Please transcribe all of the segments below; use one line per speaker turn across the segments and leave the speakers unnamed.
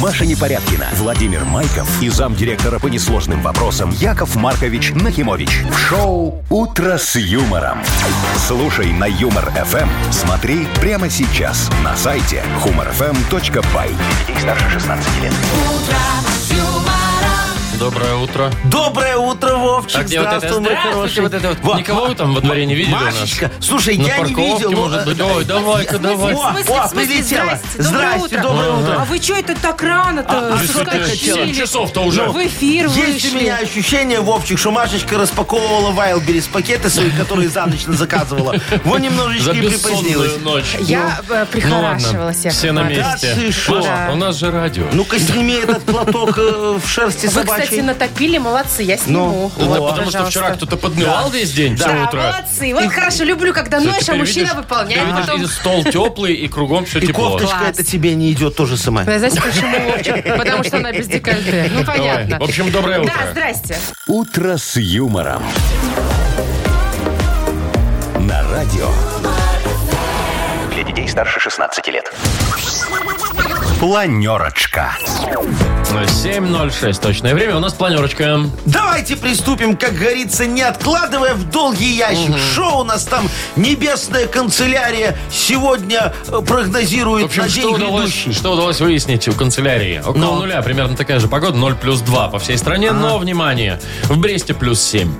Маша Непорядкина, Владимир Майков и замдиректора по несложным вопросам Яков Маркович Нахимович. В шоу «Утро с юмором». Слушай на «Юмор-ФМ». Смотри прямо сейчас на сайте humorfm.by. Детей старше 16 лет.
Доброе утро.
Доброе утро, Вовчик.
А где вот это
Здравствуй, мой
«здравствуйте»,
хороший.
вот это вот? Никого там во дворе не видели у нас?
Машечка, слушай,
На
я не
парковке,
видел.
может
ну,
э,
быть. Ой, давай-ка, давай.
О, о, прилетела. Здрасте, доброе утро.
А вы что это так рано-то? Ну,
А,
Без
сколько
сети.
хотела?
Семь часов-то уже.
В эфир
э, Есть у
вышли.
меня ощущение, Вовчик, что Машечка распаковывала Wildberries пакеты свои, которые за ночь заказывала. Вон
За
немножечко и припозднилась.
бессонную ночь.
Я э,
Ну
прихорашивалась.
ладно,
Яков
все на
Маркович.
Да
месте.
ты шо?
Маша, у нас же радио.
Ну,
Ну-ка, сними этот платок э, в шерсти
Вы, кстати,
собачьей.
натопили, молодцы, я сниму.
Да,
Ну,
Вот,
потому что
пожалуйста.
вчера кто-то подмывал весь день
Да,
до утра.
молодцы. Вот хорошо, люблю, когда ночь, а
Теперь
мужчина
видишь,
выполняет
теперь
потом.
видишь, и стол теплый, и кругом все
И
тепло.
кофточка
Класс.
это тебе не идет тоже сама.
Да, Знаете, Ну, почему, Вовчик? Потому что она без декольте. Ну,
Давай.
понятно.
В общем, доброе утро.
Да, здрасте.
«Утро с юмором». На радио. Для детей старше 16 лет. Планерочка.
7.06 точное время. У нас планерочка.
Давайте приступим, как говорится, не откладывая в долгий ящик. Шо у нас там небесная канцелярия сегодня э, прогнозирует
В общем,
на
что
день
удалось,
грядущий?
что удалось выяснить у канцелярии? Около
Ну.
Но.
нуля примерно такая же погода, 0 плюс 2 по всей стране. Но, внимание, в Бресте плюс 7.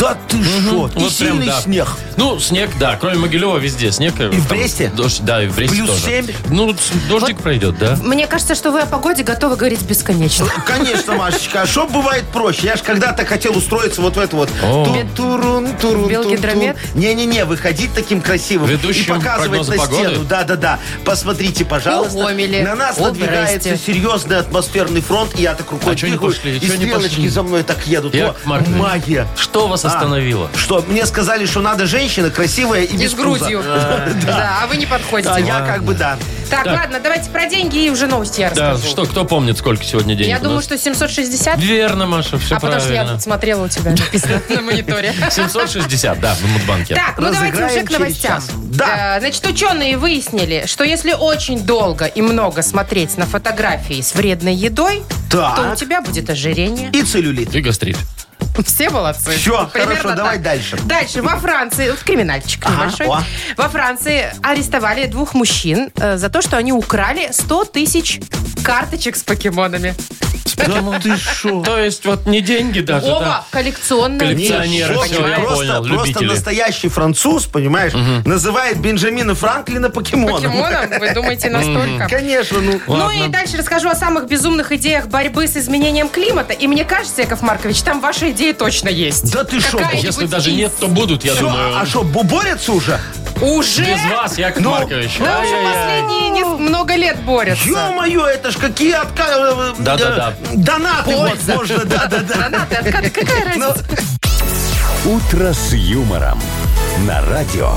Да ты что? И
Вот прям,
сильный
да.
снег.
Ну, снег, да. Кроме Могилева везде снег. И
в Бресте?
Дождь, да, и в Бресте
Плюс
тоже.
семь?
Ну, с- дождик пройдет, да.
Мне кажется, что вы о погоде готовы говорить бесконечно.
Конечно, Машечка, а что бывает проще? Я же когда-то хотел устроиться вот в это вот.
О.
Ту- Турун, турун,
Белгидромет?
турун. Не-не-не, выходить таким красивым.
Ведущим
и показывать
прогноза
на
погоды?
стену. Да-да-да. Посмотрите, пожалуйста.
Ну, Гомеле,
На нас
о,
надвигается
Бресте.
серьезный атмосферный фронт, и я так рукой
А чё не
двигаю,
пошли?
и
Чё не пошли?
стрелочки за мной так едут.
Яков
О,
Маркович,
магия.
Что вас
А,
остановило?
Что, мне сказали, что надо женщина красивая и
И
без
с грудью.
пуза.
Да, а вы не
А
подходите.
я как бы да.
Так, ладно, давайте про деньги и уже новости я
Да,
расскажу.
что, кто помнит, сколько сегодня денег
Я
у
думаю,
нас?
что 760.
Верно, Маша, все
А потому что я
правильно.
вот смотрела у тебя написано на мониторе.
760, да, в Мудбанке.
Так, ну давайте уже
Разыграем
к
через
новостям.
час. Да.
Э, Значит, ученые выяснили, что если очень долго и много смотреть на фотографии с вредной едой,
Так.
то у тебя будет ожирение.
И целлюлит.
И гастрит.
Все молодцы.
Всё, хорошо,
так.
давай дальше.
Дальше, во Франции, вот криминальчик
Ага,
небольшой.
о.
Во Франции арестовали двух мужчин э, за то, что они украли 100 тысяч карточек с покемонами.
Да ну ты шо?
То есть вот не деньги даже,
Оба
да?
коллекционные.
Коллекционные. Акционеры,
Слушай,
всё, я
просто,
понял,
просто
любители.
настоящий француз, понимаешь, называет Бенджамина Франклина покемоном.
Покемоном, вы думаете, настолько?
Конечно, ну.
Ну
Ладно.
и дальше расскажу о самых безумных идеях борьбы с изменением климата. И мне кажется, Яков Маркович, там ваши идеи точно есть.
Да ты шо?
Какая-нибудь
Если даже
из-
нет, то будут, я
Всё,
думаю.
а что, борются уже?
Уже?
Без вас, Яков
Ну,
Маркович.
Да уже
Ай-яй-яй.
последние не- много лет борются.
Ё-моё, это ж какие отка... э,
Да-да-да.
э, Донаты вот
Польза.
можно, да-да-да.
Донаты, откаты, какая
Ну.
разница?
«Утро с юмором». На радио.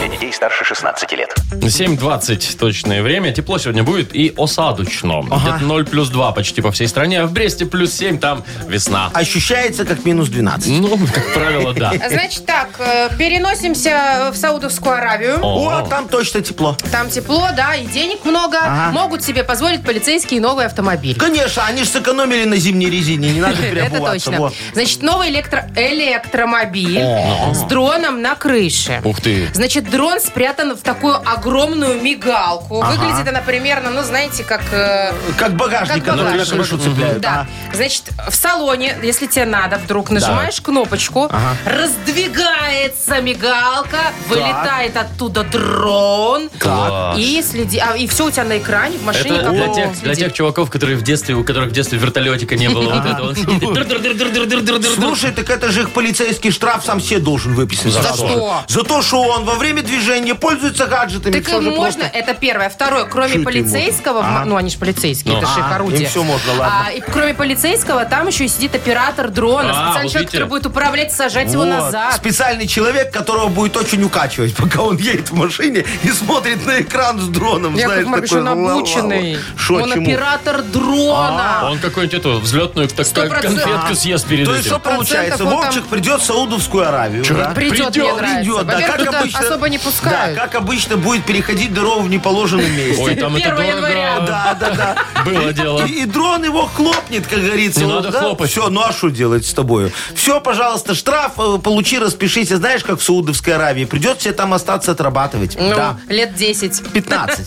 Для детей старше 16 лет.
7.20 точное время. Тепло сегодня будет и осадочно. Где-то 0 плюс 2 почти по всей стране. А в Бресте плюс 7, там весна.
Ощущается как минус 12.
Ну, как правило, да.
Значит так, э, переносимся в Саудовскую Аравию.
О, а там точно тепло.
Там тепло, да, и денег много. Могут себе позволить полицейские новый автомобиль.
Конечно, они же сэкономили на зимней резине, не надо
Это
переобуваться.
точно.
вот.
Значит, новый электро- электромобиль
О.
с дроном на крыше.
Ух ты.
Значит, дрон спрятан в такую огромную мигалку. Выглядит она примерно, ну, знаете, как... э,
Как багажник,
Как
ну,
который на
багажник.
крышу цепляют.
да.
а.
Значит, в салоне, если тебе надо, вдруг нажимаешь кнопочку, раздвигается мигалка, вылетает оттуда дрон.
Класс.
И следи, а, и все у тебя на экране в машине.
Это
как
для
он
тех, для
следит.
тех чуваков, которые в детстве, у которых в детстве вертолетика не было. Вот этого. Др-др-др-др-др-др-др-др.
Слушай, так это же их полицейский штраф сам себе должен выписать.
За
сразу
что?
же. За то, что он во время движения пользуется гаджетами.
Так
всё
им
же
можно,
просто.
это первое. Второе, кроме
Шить
полицейского, в ма- ну они же полицейские,
Ну.
это же их
А,
орудие.
им всё можно, ладно.
А, и кроме полицейского, там еще и сидит оператор дрона,
А, вот
специальный человек,
видите?
который будет управлять, сажать его
Вот.
назад.
Специальный человек, которого будет очень укачивать, пока он едет в машине и смотрит на экран с дроном.
Яков
знаешь,
Маркович,
такой,
он
ла-ла-ла.
обученный.
Шо,
он
чему?
оператор дрона.
Он какую-нибудь эту взлетную так,
Сто процентов.
конфетку съест перед
То есть что
этим.
получается?
он там-
Вовчик придет в Саудовскую Аравию. да?
Придет,
Придет,
мне нравится.
придет, А, да,
Во-первых,
как
туда
обычно.
особо не
Да,
пускают.
как обычно, будет переходить дорогу в неположенном месте.
Ой, там это
1 января.
дорого
Да, да, да.
было дело.
И, и дрон его хлопнет, как говорится.
Не надо хлопать.
Все, ну а что делать с тобой? Все, пожалуйста, штраф э, получи, распишись. И Знаешь, как в Саудовской Аравии? Придется тебе там остаться отрабатывать.
Ну,
Да.
лет 10.
15.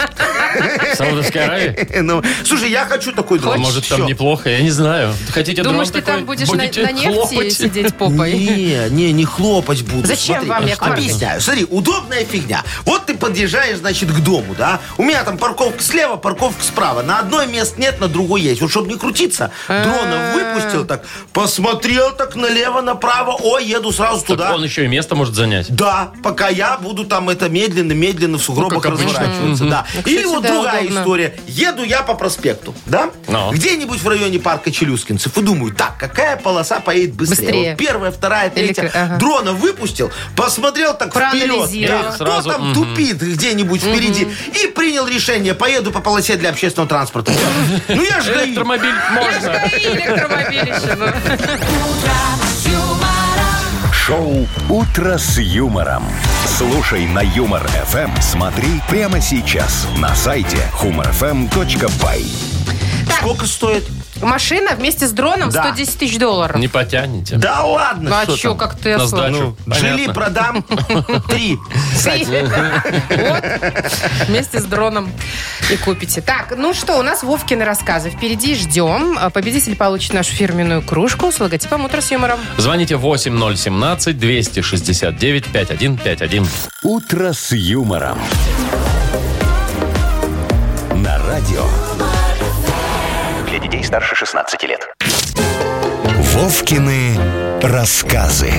Саудовской Аравии?
Ну, Слушай, я хочу такой дрон.
А Может,
Всё.
там неплохо, я не знаю. Хотите
Думаешь,
дрон
ты там
такой?
будешь на,
Будете
на нефти
хлопать?
сидеть попой?
Не, не, не хлопать буду.
Зачем
Смотри,
вам, Яков Маркович?
Объясняю. Смотри, удобная фигня. Вот ты подъезжаешь, значит, к дому, да? У меня там парковка слева, парковка справа. На одной мест нет, на другой есть. Вот чтобы не крутиться,
А.
дрона выпустил так, посмотрел так налево, направо. О, еду сразу
Так
туда.
он еще и место может занять.
Да, пока я буду там это медленно-медленно в сугробах
Ну, как обычно.
разворачиваться. Да.
Ну, кстати,
Или вот
да,
другая
удобно.
история. Еду я по проспекту, да?
Ну.
Где-нибудь в районе парка Челюскинцев и думаю, так, какая полоса поедет быстрее?
Быстрее.
Вот первая, вторая, третья.
Или к- ага.
Дрона выпустил, посмотрел так вперед.
Проанализировал.
Да, кто
Сразу,
там тупит где-нибудь впереди? И принял решение, поеду по полосе для общественного транспорта. Ну я же ГАИ.
Электромобиль
Я же
можно.
говорю, электромобилище, ну.
Шоу «Утро с юмором». Слушай на Юмор ФМ. Смотри прямо сейчас на сайте humorfm.by.
Сколько стоит?
Машина вместе с дроном
Да.
110 тысяч долларов.
Не потянете.
Да ладно,
А
что
чё,
там?
как
На
Тесла?
сдачу.
Жили,
Понятно.
продам. Три.
Ты- Вот. Вместе с дроном и купите. Так, ну что, у нас Вовкины рассказы. Впереди ждем. А Победитель получит нашу фирменную кружку с логотипом «Утро с юмором».
Звоните 8017-269-5151.
«Утро с юмором». На радио.
Для детей старше 16 лет.
Вовкины рассказы.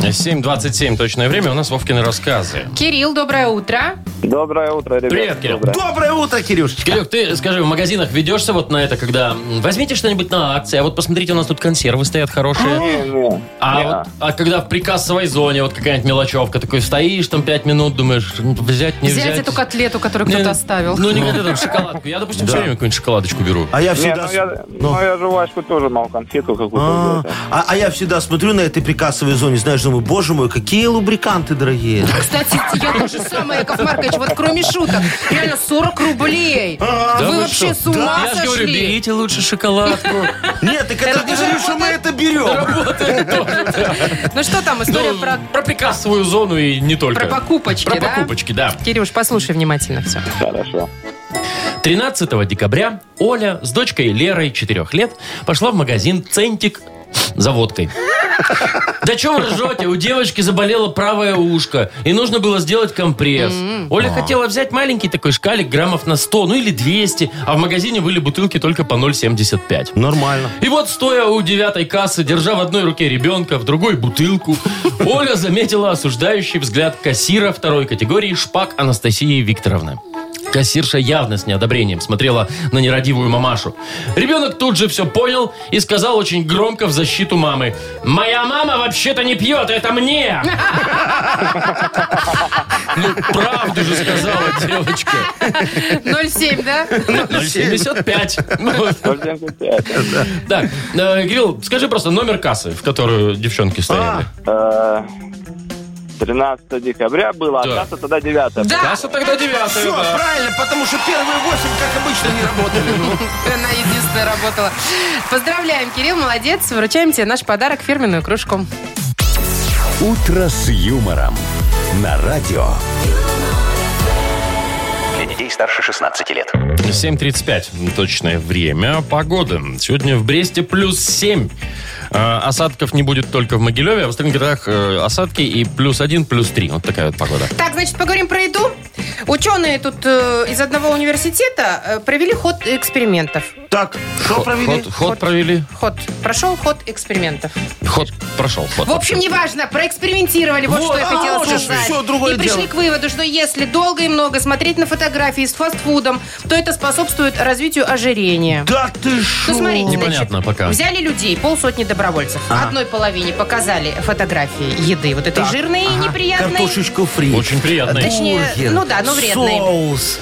7.27 точное время. У нас Вовкины рассказы.
Кирилл, доброе утро.
Доброе утро, ребята.
Привет, Кирилл.
Доброе.
Доброе утро, Кирюшечка.
Кирюк, ты скажи, в магазинах ведешься вот на это, когда м, возьмите что-нибудь на акции, а вот посмотрите, у нас тут консервы стоят хорошие.
Не-не. Не.
А, вот, а когда в прикассовой зоне вот какая-нибудь мелочевка, такой стоишь там пять минут, думаешь, м, взять, не взять.
Взять эту котлету, которую кто-то
Не,
оставил.
Ну, не котлету, шоколадку. Я, допустим, все время какую-нибудь шоколадочку беру.
А я
Не,
всегда...
ну, я, ну, я жвачку тоже мал, конфету какую-то.
А,
взял там.
а- а я всегда смотрю на этой прикассовой зоне, знаешь, думаю, боже мой, какие лубриканты дорогие.
Кстати, я то же самое, Яков Маркович, вот кроме шуток. Реально, 40 рублей.
Да
Вы
вы что?
вообще с ума
Я же говорю,
сошли.
берите лучше шоколадку.
Нет, так это
Это
не
же
говорю, что мы это берем.
Работает тоже.
Ну что там, история
Ну,
про...
Про прикассовую зону и не только.
Про покупочки,
Про
да?
покупочки, да.
Кирюш, послушай внимательно все.
Хорошо.
13 декабря Оля с дочкой Лерой 4 лет пошла в магазин «Центик» за водкой. Да чего вы ржете? У девочки заболело правое ушко, и нужно было сделать компресс. Оля хотела взять маленький такой шкалик граммов на 100, ну или 200, а в магазине были бутылки только по 0,75.
Нормально.
И вот, стоя у девятой кассы, держа в одной руке ребенка, в другой бутылку, Оля заметила осуждающий взгляд кассира второй категории шпак Анастасии Викторовны. Кассирша явно с неодобрением смотрела на нерадивую мамашу. Ребенок тут же все понял и сказал очень громко в защиту мамы. «Моя мама вообще-то не пьет, это мне!» Ну, правду же сказала девочка.
0,7, да?
0,75. Ну,
Только пять.
так, э, Кирилл, скажи просто номер кассы, в которую девчонки стояли.
Э, 13 декабря было, а
Да.
касса тогда 9.
Да.
Касса тогда девятая,
Ну
Все,
да.
правильно, потому что первые восемь, как обычно, не работали. Ну,
Она единственная работала. Поздравляем, Кирилл, молодец. Вручаем тебе наш подарок, фирменную кружку.
«Утро с юмором». На радио.
Для детей старше 16 лет.
7.35 точное время погоды. Сегодня в Бресте плюс 7. Э, Осадков не будет только в Могилеве, а в остальных городах э, осадки и плюс 1, плюс 3. Вот такая вот погода.
Так, значит, поговорим про еду. Ученые тут э, из одного университета э, провели ход экспериментов.
Так, что провели?
Ход, ход провели.
Ход. Прошел ход экспериментов.
Ход прошел. Ход
В общем, неважно, проэкспериментировали. Вот,
Вот,
что я
а,
хотела
вот же,
сказать.
всё, другое
и пришли
дело.
к выводу, что если долго и много смотреть на фотографии с фастфудом, то это способствует развитию ожирения.
Да ты
Ну,
что?
смотрите,
Непонятно
значит,
пока.
взяли людей, полсотни добровольцев. Одной половине показали фотографии еды, вот этой жирной и неприятной.
Картошечку фри.
Очень приятный.
Точнее,
бургер.
ну да, пицца, но вредный.
Соус,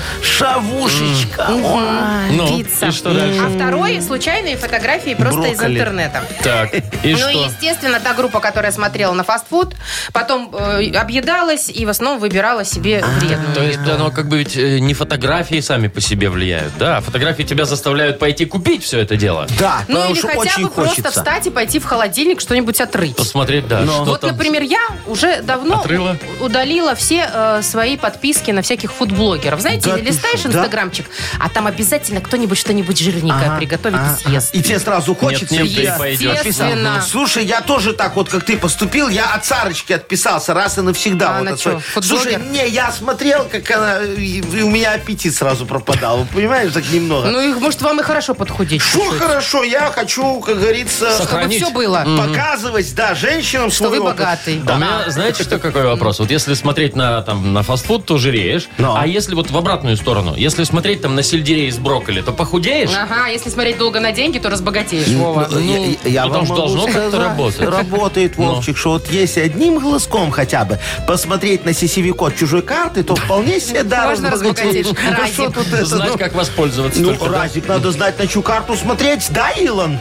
шавушечка. Ой.
Ну,
Пицца.
и что дальше?
А второй случайные фотографии просто из
Брокколи.
интернета.
Так, и
ну и,
что?
естественно, та группа, которая смотрела на фастфуд, потом э, объедалась и в основном выбирала
А.
себе вредную.
То есть оно как бы ведь э, не фотографии сами по себе влияют, да? а Фотографии тебя заставляют пойти купить все это дело.
Да,
Ну
потому
или
что
хотя
очень
бы просто
хочется.
встать и пойти в холодильник что-нибудь отрыть.
Посмотреть, да, что
Ну, Вот,
там.
например, я уже давно
Отрыла?
у- удалила все э, свои подписки на всяких фудблогеров. Знаете,
Да ты
листаешь
что, да?
инстаграмчик, а там обязательно кто-нибудь что-нибудь жирненькое
Ага,
приготовит
ага.
и съест.
И тебе сразу хочется.
нет,
и
ты
я
пойдешь.
отписал.
Естественно.
Слушай, я тоже так вот, как ты поступил, я от Сарочки отписался раз и навсегда.
А
вот
она
от
чё,
своей.
фудблогер?
Слушай, не, я смотрел, как она, и, и у меня аппетит сразу пропадал. Вы понимаешь, так немного.
Ну, их, может, вам и хорошо подхудеть.
Фу, хорошо, я хочу, как говорится,
Чтобы
Хранить.
все было.
показывать, да, женщинам
Что
свой
вы
опыт.
богатый.
А У меня, знаете, что какой вопрос? Вот если смотреть на, там, на фастфуд, то жиреешь.
Ну.
А если вот в обратную сторону, если смотреть там на сельдерей с брокколи, то похудеешь?
Ага, если смотреть долго на деньги, то разбогатеешь, Вова.
Ну, я- я- я
потому
вам
что
могу
должно как-то
сказать,
работать. Ну.
Работает, Вовчик, что вот если одним глазком хотя бы посмотреть на сетевик код чужой карты, то вполне себе да,
Можно
разбогатеешь.
разбогатеть.
Ну,
Разик.
что тут это,
Знать,
ну,
как воспользоваться
Ну,
только, да?
Разик, надо знать, на чью карту смотреть, да, Илон?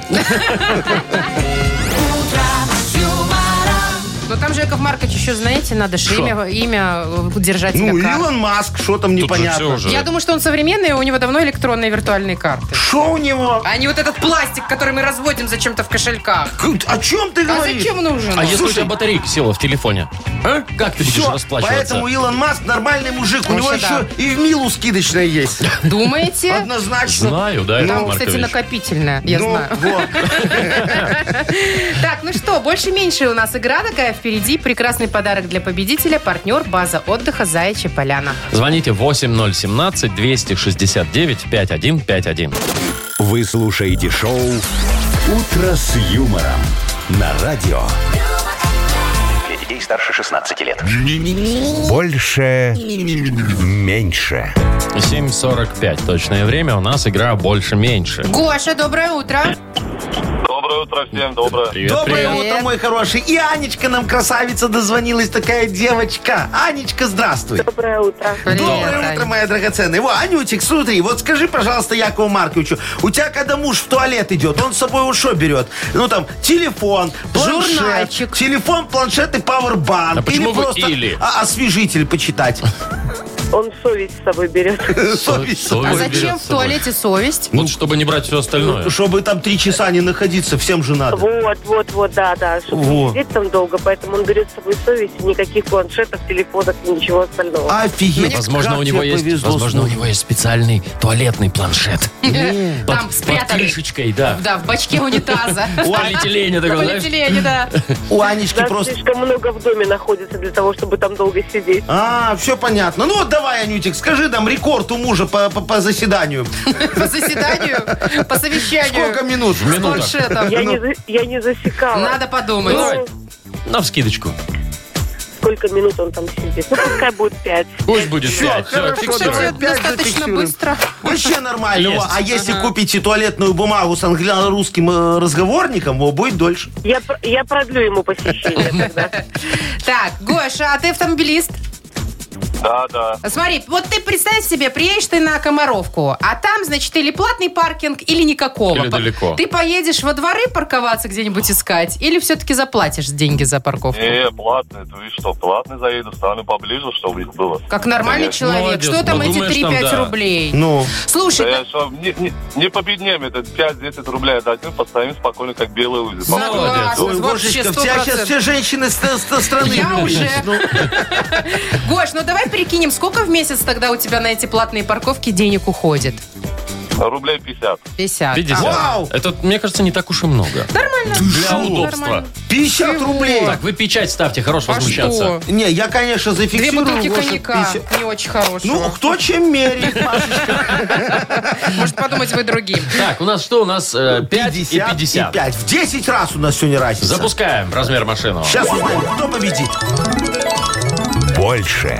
Но там же Яков Маркович еще, знаете, надо же имя, имя э, держать
Ну,
как.
Илон Маск, что там
Тут же всё
непонятно.
уже. А
Я думаю, что он современный, а у него давно электронные виртуальные карты.
Что у него?
А не вот этот пластик, который мы разводим зачем-то в кошельках.
К- О чем ты
А
говоришь?
зачем нужен?
А
он?
если у тебя
слушай.
батарейка села в телефоне? А? Как ты будешь
Все,
расплачиваться?
поэтому Илон Маск нормальный мужик. У
Ну, Вообще
него еще и в Милу скидочная есть.
Думаете?
Однозначно.
Знаю, да, Яков
Там, Ну, кстати,
Маркович.
накопительная, я
Ну,
знаю.
вот.
Так, ну что, больше-меньше у нас игра такая впереди. Прекрасный подарок для победителя. Партнер база отдыха «Заячья поляна».
Звоните 8017-269-5151.
Вы слушаете шоу «Утро с юмором» на радио.
Для детей старше 16 лет.
Больше. Меньше.
7.45 точное время. У нас игра «Больше-меньше».
Гоша, доброе утро.
Доброе утро всем, доброе.
Привет,
Доброе
привет.
утро, мой хороший. И Анечка нам, красавица, дозвонилась такая девочка. Анечка, здравствуй.
Доброе утро.
Доброе
Привет,
утро,
Ань.
моя драгоценная. Во, Анютик, смотри, вот скажи, пожалуйста, Якову Марковичу, у тебя, когда муж в туалет идет, он с собой вот что берет? Ну, там, телефон, планшет.
Журнальчик.
Телефон, планшет и пауэрбанк.
А почему
или
вы
просто
или?
а, освежитель почитать.
Он совесть с собой берет.
Совесть.
А
Ой,
зачем
берет
в
с собой.
туалете совесть?
Ну,
Вот чтобы не брать все остальное.
Чтобы там три часа не находиться, всем же надо.
Вот, вот, вот, да, да. Чтобы
Во.
не сидеть там долго, поэтому он берет с собой совесть, и никаких планшетов, телефонов и ничего
А
остального.
Офигеть.
Возможно,
как
у него
тебе
есть,
повезло
возможно, у
снова.
него есть специальный туалетный планшет. Ну, Под-
Там
Под
спрятали.
крышечкой, да.
Да, в бачке унитаза.
У полиэтилена такой,
В
знаешь?
полиэтилене, да.
У
У
Анечки
нас
просто...
слишком много в доме находится для того, чтобы там долго сидеть.
А, все понятно. Ну вот давай, Анютик, скажи нам рекорд у мужа по, по- по заседанию.
По заседанию, по совещанию.
Сколько минут?
С планшетом.
Я,
Ну.
не, за- я не засекала.
Надо подумать.
Ну,
На вскидочку.
сколько минут он там сидит. Ну, пускай будет пять.
Пусть будет пять. Все,
хорошо,
Кстати,
фиксируем.
давай. Опять
достаточно
зафиксируем.
быстро.
Вообще нормально.
Есть.
Во, А если купите туалетную бумагу с англо-русским э, разговорником, во, будет дольше.
Я, пр- я продлю ему посещение тогда.
Так, Гоша, а ты автомобилист?
Да, да.
Смотри, вот ты представь себе, приедешь ты на Комаровку, а там, значит, или платный паркинг, или никакого.
Или
По-
далеко.
Ты поедешь во дворы парковаться где-нибудь искать, или все-таки заплатишь деньги за парковку?
Не, платный, ты видишь, что платный заеду, стану поближе, чтобы было.
Как нормальный
Конечно.
человек.
Молодец.
Что там
Ну,
эти
думаешь, там,
3-5
да.
рублей?
Ну,
Да
Слушай,
я что, не, не, не по бедням, это 5-10 рублей дадим, поставим спокойно, как белые узел.
ну, Согласна.
Молодец.
Ой, вообще
Гошечка, в тебя
100%.
сейчас все женщины с, с- с страны.
Я
влюбились.
уже.
Ну,
Гош, ну давай прикинем, сколько в месяц тогда у тебя на эти платные парковки денег уходит?
Рублей 50.
50.
50.
Вау!
Это, мне кажется, не так уж и много.
Нормально.
Для удобства.
Ну, Нормально.
50 рублей.
Так, вы печать ставьте, хорош
А
возмущаться.
что?
Не, я, конечно,
Две
зафиксирую.
бутылки
Гоша,
коньяка.
50.
Не очень хорошего.
Ну, кто чем мерит, Машечка?
Может, подумать вы другим.
Так, у нас что? У нас 5 и 50.
и 5. В 10 раз у нас сегодня разница.
Запускаем размер машину.
Сейчас узнаем, кто победит.
Больше.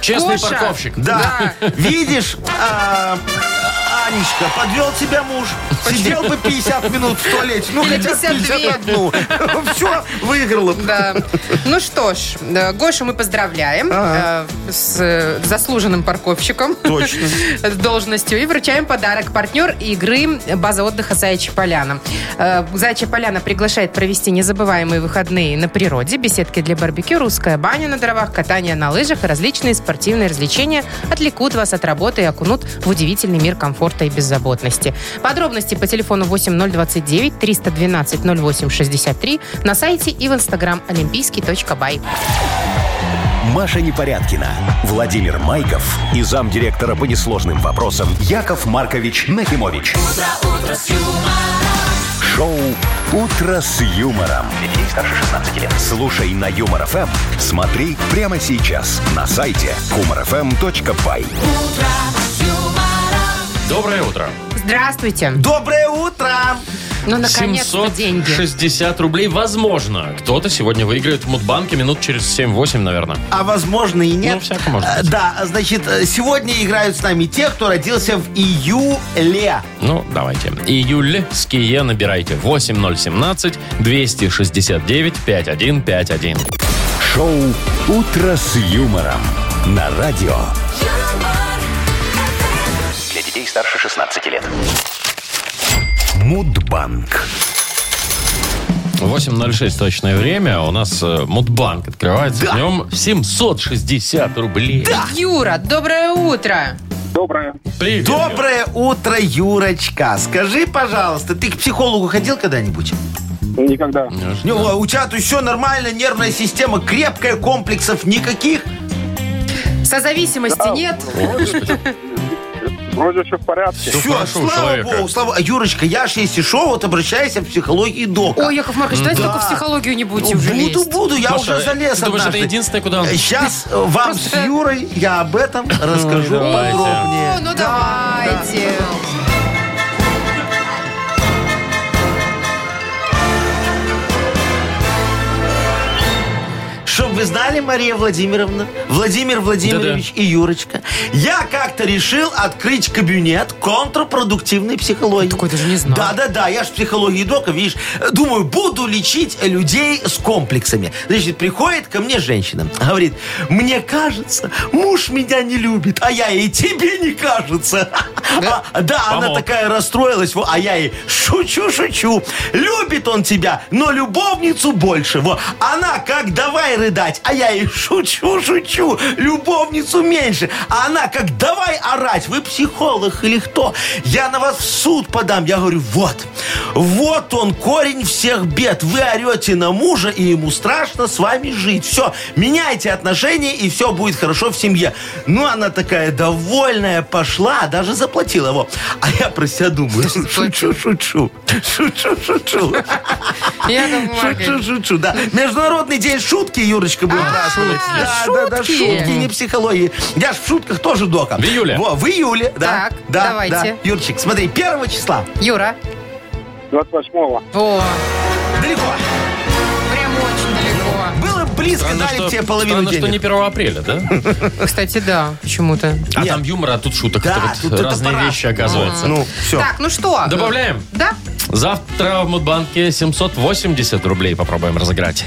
Честный
Гоша.
парковщик.
Да. Видишь, а, Анечка, подвел тебя муж. Сидел бы 50 минут в туалете. Ну,
Или
хотя бы
52.
51. Все, выиграла бы.
Да. Ну что ж, э, Гошу мы поздравляем э, с э, заслуженным парковщиком.
Точно.
С должностью. И вручаем подарок. Партнер игры «База отдыха Заячья Поляна». Э, Заячья Поляна приглашает провести незабываемые выходные на природе, беседки для барбекю, русская баня на дровах, катание на лыжах и различные спортивные развлечения отвлекут вас от работы и окунут в удивительный мир комфорта и беззаботности. Подробности по телефону 8029 312 08 63 на сайте и в инстаграм олимпийский.бай.
Маша Непорядкина, Владимир Майков и замдиректора по несложным вопросам Яков Маркович Нахимович. Шоу Утро с юмором.
Детей старше 16 лет.
Слушай на юмор ФМ, смотри прямо сейчас на сайте humorfm.by.
Доброе утро.
Здравствуйте.
Доброе утро.
Ну, наконец-то деньги.
760 рублей. Возможно, кто-то сегодня выиграет в Мудбанке минут через 7-8, наверное.
А возможно и нет.
Ну, всяко может
А,
быть.
Да, а, значит, э, сегодня играют с нами те, кто родился в июле.
Ну, давайте. Июльские набирайте. 8017-269-5151.
Шоу Утро с юмором на радио.
Для детей старше 16 лет.
Мудбанк.
8.06 точное время. У нас э, Мудбанк открывается. В нем 760 рублей.
Юра, доброе утро.
Привет. Юр.
Доброе утро, Юрочка. Скажи, пожалуйста, ты к психологу ходил когда-нибудь?
Никогда.
Не, о, у тебя тут все нормально, нервная система крепкая, комплексов никаких.
Созависимости нет?
Вроде все в порядке.
Всё
Всё,
хорошо у
слава
человека.
богу, слава. А, Юрочка, я ж если шо, вот обращайся в психологию дока.
Ой, Яков Маркович, давайте
Да.
только в психологию не будете
Ну,
уже
буду,
лезть.
буду, я
Маша,
уже залез
ты думаешь, это единственное, куда он- Ну,
Сейчас э, вам
Просто-
с Юрой я об этом расскажу
давайте.
подробнее.
О, ну
Да,
давайте.
Чтоб вы знали, Мария Владимировна, Владимир Владимирович и Юрочка, я как-то решил открыть кабинет контрпродуктивной психологии.
Такой даже не знал.
Да-да-да, я же в психологии дока, видишь, думаю, буду лечить людей с комплексами. Значит, приходит ко мне женщина, говорит, мне кажется, муж меня не любит, а я ей тебе не кажется. А, Да, она
Помог.
такая расстроилась, во, а я ей шучу-шучу. Любит он тебя, но любовницу больше. Во. Она как давай рыдать, а я ей шучу-шучу, любовницу меньше. А она как давай орать, вы психолог или кто? Я на вас в суд подам. Я говорю, вот, вот он корень всех бед. Вы орете на мужа, и ему страшно с вами жить. Все, меняйте отношения, и все будет хорошо в семье. Ну, она такая довольная пошла, даже заплатила его. А я про себя думаю, шучу, шучу, шучу, шучу.
Яков
Шучу,
Маркович.
шучу, да. Международный день шутки, Юрочка, будет праздновать. Да, да, да,
А, шутки.
шутки, не психологии. Я ж в шутках тоже дока.
В июле.
Во, в июле, да.
Так,
да,
давайте.
да. Юрчик, смотри, первого числа.
Юра.
28-го.
О,
Далеко.
прям очень далеко.
Было близко,
Странно,
дали
что-
бы тебе половину
странно, что не
денег.
1 апреля, да?
Кстати, да, почему-то.
А
Нет.
там юмор, а тут шуток.
Да,
Это вот
тут это
разные
пора.
вещи оказываются.
Ну, все.
Так, ну что?
Добавляем.
Да?
Завтра в Мудбанке 780 рублей попробуем разыграть.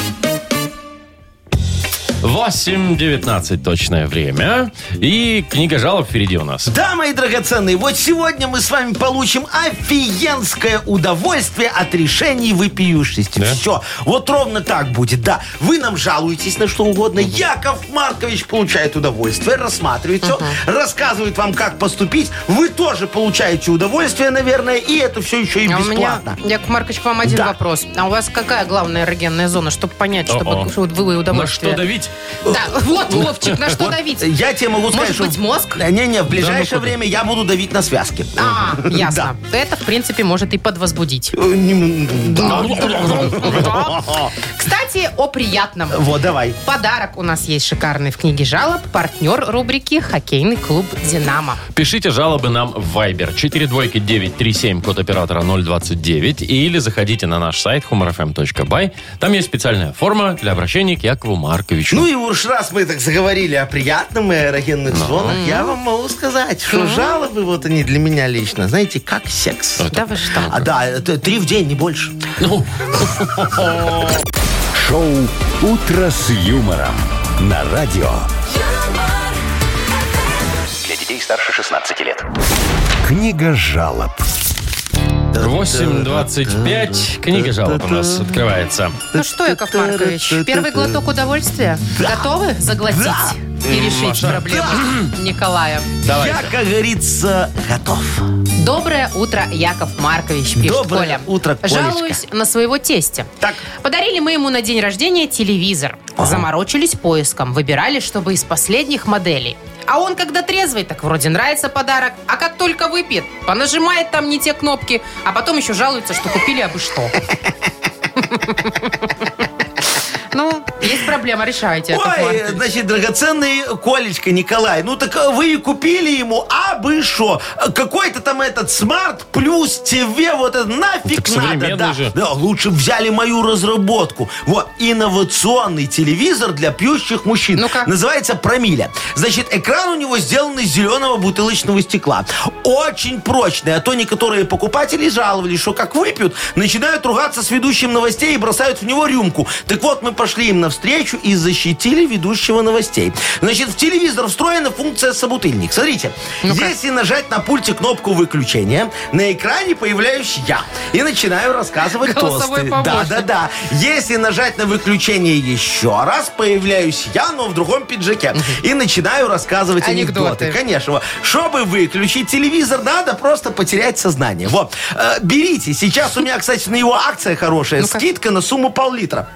8.19 точное время. И книга жалоб впереди у нас.
Да, мои драгоценные, вот сегодня мы с вами получим офигенское удовольствие от решений вопиющести. Все, вот ровно так будет, да. Вы нам жалуетесь на что угодно. Яков Маркович получает удовольствие, рассматривает все, рассказывает вам, как поступить. Вы тоже получаете удовольствие, наверное, и это все еще и
А у меня,
бесплатно.
Яков Маркович, к вам один
Да.
вопрос. А у вас какая главная эрогенная зона, чтобы понять, чтобы
О-о.
вот вы
На что
удовольствие?
давить?
Да, вот, Вовчик, на что давить?
Я тебе могу сказать,
Может
что...
быть, мозг?
Не-не, в ближайшее
ну-ка.
время я буду давить на связки.
А, ясно. Это, в принципе, может и подвозбудить.
Э, не м- да.
Кстати, о приятном.
Вот, давай.
Подарок у нас есть шикарный в книге жалоб. Партнер рубрики «Хоккейный клуб «Динамо».
Пишите жалобы нам в Viber 42937, код оператора 029, или заходите на наш сайт humorfm.by. Там есть специальная форма для обращения к Якову Марковичу.
Ну и уж раз мы так заговорили о приятном и аэрогенных зонах, я вам могу сказать, что жалобы, вот они для меня лично, знаете, как секс.
Да вы что?
А да, это три в день, не больше.
Ну,
Шоу «Утро с юмором» на радио.
юмор,
Для детей старше 16 лет.
Книга жалоб.
8.25. Книга жалоб у нас открывается.
Ну что, Яков Маркович, первый глоток удовольствия? Готовы заглотить и решить проблему Николая?
Я, как говорится, готов.
Доброе утро, Яков Маркович, пишет
Доброе
Коля.
утро, Колечка.
Жалуюсь на своего тестя.
Так.
Подарили мы ему на день рождения телевизор. Заморочились поиском, выбирали, чтобы из последних моделей. А он, когда трезвый, так вроде нравится подарок, а как только выпьет, понажимает там не те кнопки, а потом еще жалуется, что купили абы что. Ну, есть проблема, решайте. Яков
Ой,
Маркович.
значит, драгоценный Колечка Николай, ну так э, вы и купили ему абы шо. Э, Какой-то там этот смарт плюс тебе вот это нафиг
Так
надо.
современный
Да.
же.
да, лучше взяли мою разработку. Вот, инновационный телевизор для пьющих мужчин.
Ну-ка.
Называется «Промиля». Значит, экран у него сделан из зеленого бутылочного стекла. Очень прочный, а то некоторые покупатели жаловались, что как выпьют, начинают ругаться с ведущим новостей и бросают в него рюмку. Так вот, мы пошли им навстречу и защитили ведущего новостей. Значит, в телевизор встроена функция собутыльник. Смотрите, если нажать на пульте кнопку выключения, на экране появляюсь я и начинаю рассказывать
Голосовой
тосты.
помощник.
Да, да, да. Если нажать на выключение еще раз, появляюсь я, но в другом пиджаке. И начинаю рассказывать
Анекдоты.
анекдоты. Конечно. Чтобы выключить телевизор, надо просто потерять сознание. Вот. Э, Берите. Сейчас у меня, кстати, на его акция хорошая.
Ну-ка.
Скидка на сумму пол-литра.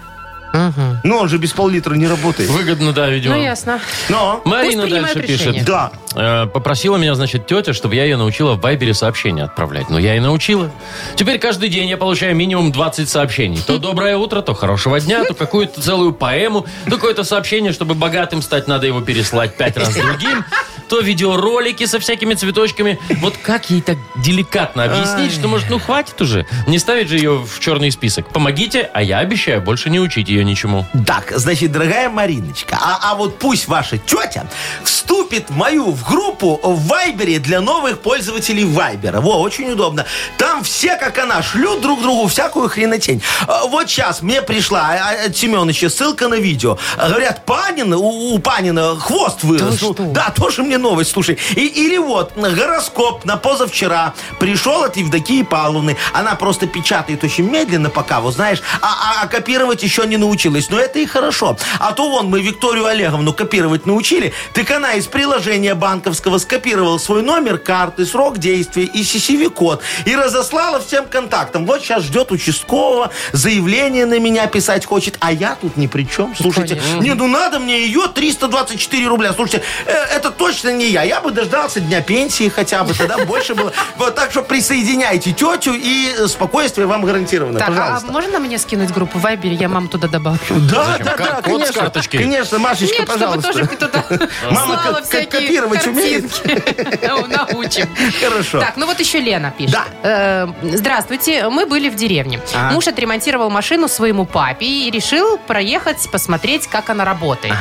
Но он же без пол-литра не работает.
Выгодно, да, видимо.
Ну, ясно.
Но.
Марина
Пусть принимают
дальше пишет.
решение.
Да.
Э, Попросила меня, значит, тетя, чтобы я ее научила в Вайбере сообщения отправлять. Но я и научила. Теперь каждый день я получаю минимум 20 сообщений. То доброе утро, то хорошего дня, то какую-то целую поэму, то какое-то сообщение, чтобы богатым стать, надо его переслать пять раз другим, то видеоролики со всякими цветочками. Вот как ей так деликатно объяснить, что, может, ну хватит уже, не ставить же ее в черный список. Помогите, а я обещаю больше не учить ее ничему.
Так, значит, дорогая Мариночка, а, а вот пусть ваша тетя вступит в мою в группу в Вайбере для новых пользователей Вайбера. Во, очень удобно. Там все, как она, шлют друг другу всякую хренотень. А, Вот сейчас мне пришла а, а, от Семеновича ссылка на видео. А, Говорят, Панин, у, у Панина хвост вырос. Ну, да, тоже мне новость, слушай. И, или вот, гороскоп на позавчера пришел от Евдокии Павловны. Она просто печатает очень медленно пока, вот знаешь, а, а- а копировать еще не научилась. Но это и хорошо. А то вон мы Викторию Олеговну копировать научили, так она из приложения банковского скопировала свой номер карты, срок действия и CCV-код и разослала всем контактам. Вот сейчас ждет участкового, заявление на меня писать хочет, а я тут ни при чем. Слушайте, не, ну надо мне ее 324 рубля. Слушайте, э, это точно не я. Я бы дождался дня пенсии хотя бы, тогда больше было. Вот так что присоединяйте тетю и э, спокойствие вам гарантировано,
Так, а
пожалуйста.
можно мне скинуть группу в Вайбере? Я мам туда добавлю.
Да, да,
Как-
да,
вот с
конечно.
карточки.
Конечно, Машечка,
Нет, чтобы
пожалуйста.
тоже туда
Мама
слала
как- как
всякие
копировать умеет?
картинки. Ну, Научим.
Хорошо.
Так, ну вот еще Лена пишет. Э, Здравствуйте, мы были в деревне.
Ага.
Муж отремонтировал машину своему папе и решил проехать, посмотреть, как она работает.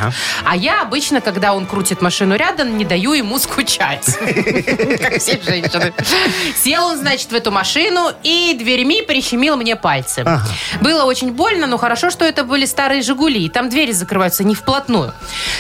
А я обычно, когда он крутит машину рядом, не даю ему скучать. Как все женщины. Сел он, значит, в эту машину и дверьми прищемил мне пальцы. Было очень больно, но хорошо, что это были старые «Жигули», и там двери закрываются не вплотную.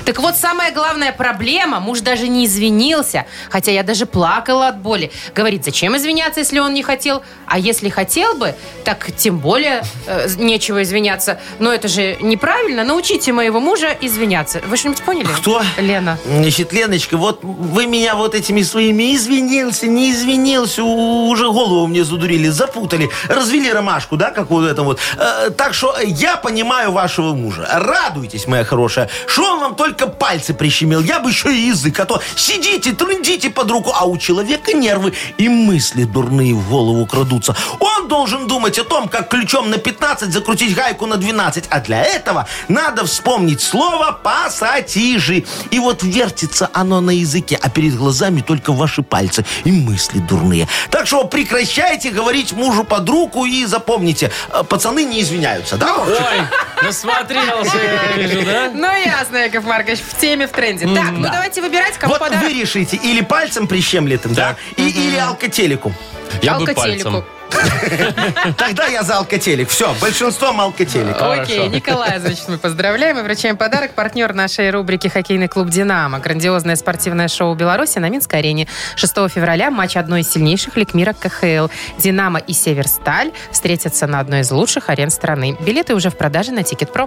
Так вот, самая главная проблема, муж даже не извинился, хотя я даже плакала от боли. Говорит, зачем извиняться, если он не хотел? А если хотел бы, так тем более э, нечего извиняться. Но это же неправильно, научите моего мужа извиняться. Вы что-нибудь поняли?
Кто?
Лена.
Значит, Леночка, вот вы меня вот этими своими извинился, не извинился, у- уже голову мне задурили, запутали, развели ромашку, да, как вот это вот. Э, так что я понимаю вашего мужа. Радуйтесь, моя хорошая, что он вам только пальцы прищемил, я бы еще и язык, а то сидите, трындите под руку, а у человека нервы и мысли дурные в голову крадутся. Он должен думать о том, как ключом на 15 закрутить гайку на 12, а для этого надо вспомнить слово «пассатижи». И вот вертится оно на языке, а перед глазами только ваши пальцы и мысли дурные. Так что прекращайте говорить мужу под руку и запомните, э, пацаны не извиняются, да? Вовчик?
Ой, насмотрелся, я вижу, да?
Ну, ясно, Яков Маркович, в теме, в тренде. Так, ну давайте выбирать, кому
Вот
подарок.
вы решите, или пальцем прищемлетым, да, и, или алкотеликом.
Я бы
Алкотелику.
пальцем.
Тогда я за алкотелик. Все, большинством алкотелик.
Окей, Николая, значит, мы поздравляем и вручаем подарок. Партнер нашей рубрики «Хоккейный клуб «Динамо». Грандиозное спортивное шоу Беларуси на Минской арене. 6 февраля матч одной из сильнейших лиг мира КХЛ. «Динамо» и «Северсталь» встретятся на одной из лучших арен страны. Билеты уже в продаже на Тикет.Про.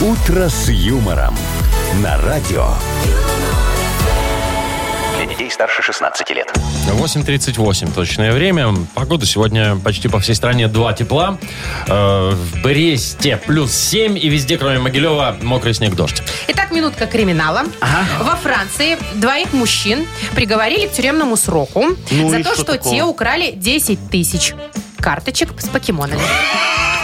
«Утро с юмором» на радио.
Для детей старше 16 лет.
8.38 точное время. Погода сегодня почти по всей стране 2 тепла. Э, в Бресте плюс 7 и везде, кроме Могилева, мокрый снег, дождь.
Итак, минутка криминала. Во Франции двоих мужчин приговорили к тюремному сроку
Ну
за
и
то,
что
что,
такого?
те украли 10 тысяч карточек с покемонами.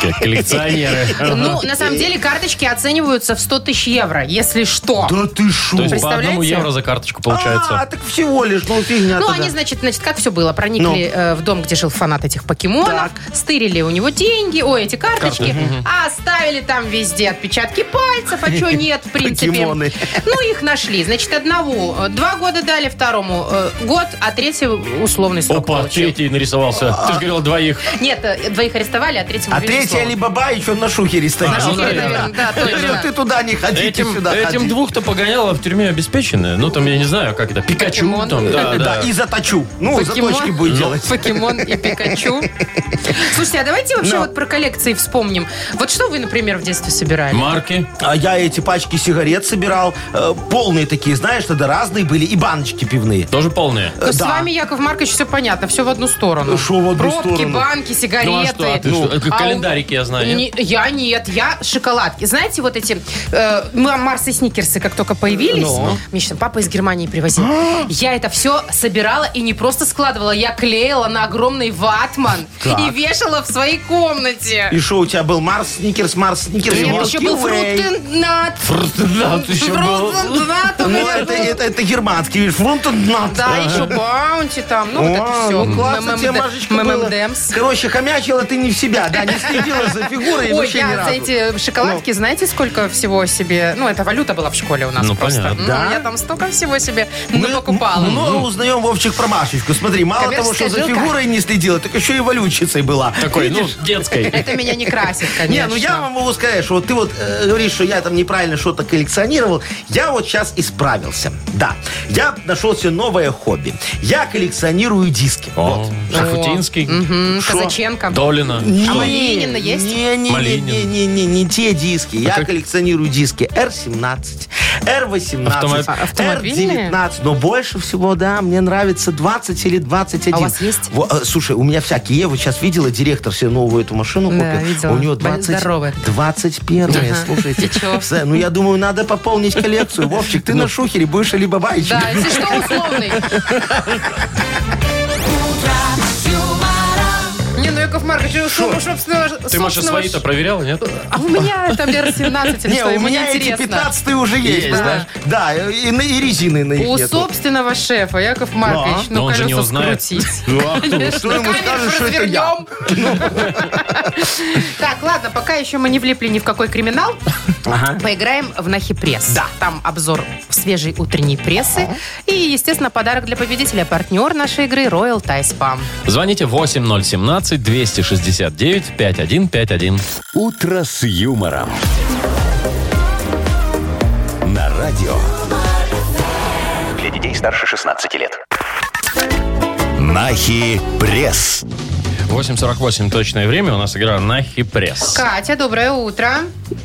Как коллекционеры.
Ну, на самом деле, карточки оцениваются в 100 тысяч евро, если что.
Да ты шо?
То есть по одному
представляете?
евро за карточку
А,
получается.
так всего лишь, ну фигня
Ну,
тогда.
они, значит, значит, как все было? Проникли
Ну.
э, в дом, где жил фанат этих покемонов, стырили у него деньги, ой, эти карточки, а оставили там везде отпечатки пальцев, а чего нет, в принципе.
Покемоны.
Ну, их нашли. Значит, одного э, два года дали, второму э, год, а третьего условный срок
Опа,
получил.
третий нарисовался. Ты же говорил двоих.
Нет, э, двоих арестовали, а третьего
А
увели
третий
условно.
Алибаба еще на шухере стоит.
А, ну,
Нашли,
наверное.
наверное, да,
Я говорю,
точно.
ты туда не ходи, ты
Этим,
сюда
этим
ходи.
двух-то погоняло в тюрьме обеспеченное. Ну, там, я не знаю, как это, Пикачу
Покемон.
там. Да,
Да,
да.
и заточу. Ну,
Покемон.
заточки будет
Ну,
делать.
Покемон и Пикачу. Слушайте, а давайте вообще
Ну.
вот про коллекции вспомним. Вот что вы, например, в детстве собирали?
Марки.
А я эти пачки сигарет собирал. э, Полные такие, знаешь, тогда разные были. И баночки пивные.
Тоже полные.
Ну, с
да.
вами, Яков Маркович, все понятно, все в одну сторону.
Шо в одну
Пробки,
сторону?
банки, сигареты.
Ну, а что, а ты что? Это календарики, я знаю, нет?
Не- я нет, я шоколадки. Знаете, вот эти э, м- Марс и Сникерсы, как только появились, мне еще папа из Германии привозил. я это все собирала и не просто складывала, я клеила на огромный ватман и вешала в своей комнате.
И что у тебя был Марс, Сникерс, Марс, Сникерс? и
Нет,
Milky
еще был
Way.
фрутеннат.
Фрутенат еще был.
Фрутеннат у
Ну,
меня
это,
был.
это, это германский. Фрутенат.
Да, еще баунти там. Ну, вот это
О,
все.
ну классно тебе, Машечка, было. Короче, хомячила ты не в себя, да, не следила за фигурой и
Ой,
вообще ни
я за
разу. Ну.
эти шоколадки, знаете, сколько всего себе... Ну, это валюта была в школе у нас
Ну,
просто.
понятно.
Ну,
Да. Ну,
я там столько всего себе
Мы
покупала.
м- много узнаем, Вовчик, про Машечку. Смотри, мало того, что
Коммерческая
за
жилка.
фигурой не следила, так еще и валютчицей была.
Такой, ну, детской.
Это меня не красит,
Не,
конечно.
ну я вам могу сказать, что вот ты вот э, говоришь, что я там неправильно что-то коллекционировал. Я вот сейчас исправился. Да. Я нашел себе новое хобби. Я коллекционирую диски.
О, Шафутинский,
М,
шо?
Казаченко.
Долина.
Ну,
А Малинина есть?
Не, не, не,
Малинин.
не, не, не, не те диски. Я коллекционирую диски R17, R18,
Автомо-
автомобильные?
R19. Но больше всего, да, мне нравится 20 или 21.
А у вас есть?
Во, э, слушай, у меня всякие. Ева сейчас видела, директор себе новую эту машину
Да,
купил.
видела.
У нее
Бо-
20,
здоровая.
21 слушайте.
И чё?
Сэ, Ну, я думаю, надо пополнить коллекцию. Вовчик, ты на шухере будешь или бабайчик.
Да, если что, условный. Не, ну Яков Маркович, ну, чтобы, собственно,
Ты, Маша,
собственного
свои-то
ш-
проверяла, нет?
А у меня там R17 или
Не,
что,
у
ему
меня эти
неинтересно.
15 уже есть,
Есть,
знаешь. Да, и, на- и резины на них
У
нету.
собственного шефа, Яков Маркович,
Но
ну,
он же не
колеса
узнает.
скрутить.
Ну, а кто?
Что ему
Конечно,
скажешь, что это я?
развернем. Так, ладно, пока еще мы не влипли ни в какой криминал, поиграем в Нахи Пресс. Да. Там обзор свежей утренней прессы. И, естественно, подарок для победителя. Партнер нашей игры Royal Thai Spa.
Звоните 8017-269-5151.
«Утро с юмором». На радио.
Для детей старше 16 лет.
Нахи пресс.
8.48 точное время. У нас игра на хипресс.
Катя, доброе утро.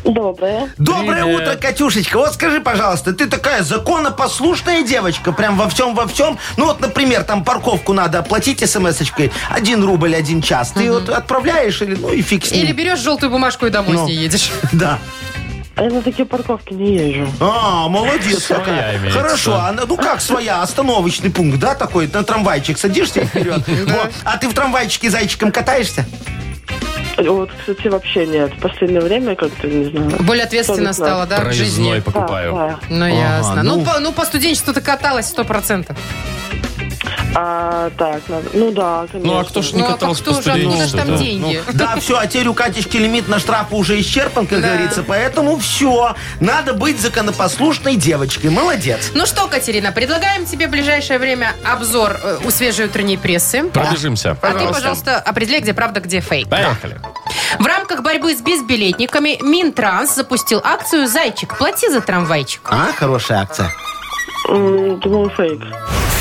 Доброе.
Доброе
Привет.
утро, Катюшечка. Вот скажи, пожалуйста, ты такая законопослушная девочка, прям во всем, во всем. Ну вот, например, там парковку надо оплатить смс-очкой. Один рубль, один час. Ты вот отправляешь или, ну и фиг с ним.
Или берешь желтую бумажку и домой с
Ну.
ней едешь.
Да.
А я на такие парковки не езжу.
А, молодец
Своя
какая.
имеется.
Хорошо, а на- ну как своя, остановочный пункт, да, такой, на трамвайчик садишься и вперед. Вот. А ты в трамвайчике зайчиком катаешься?
Вот, кстати, вообще нет. В последнее время как-то, не знаю.
Более ответственно стало, да, в
Проездной
жизни.
покупаю.
Да, да.
Ну, ясно. Ну,
ну.
по, ну, по студенчеству ты каталась сто процентов.
А, так, надо. Ну да, конечно.
Ну, а кто ж не
Ну, а как
катался по
кто же, откуда же
студенчеству,
там
да? Ну.
деньги?
Да, все, а теперь у Катечки лимит на штрафы уже исчерпан, как
Да.
говорится. Поэтому все, надо быть законопослушной девочкой. Молодец.
Ну что, Катерина, предлагаем тебе в ближайшее время обзор э, у свежей утренней прессы.
Пробежимся.
А ты, пожалуйста, определяй, где правда, где фейк.
Поехали.
В рамках борьбы с безбилетниками Минтранс запустил акцию «Зайчик, плати за трамвайчик».
А, хорошая акция.
М, Думаю, фейк.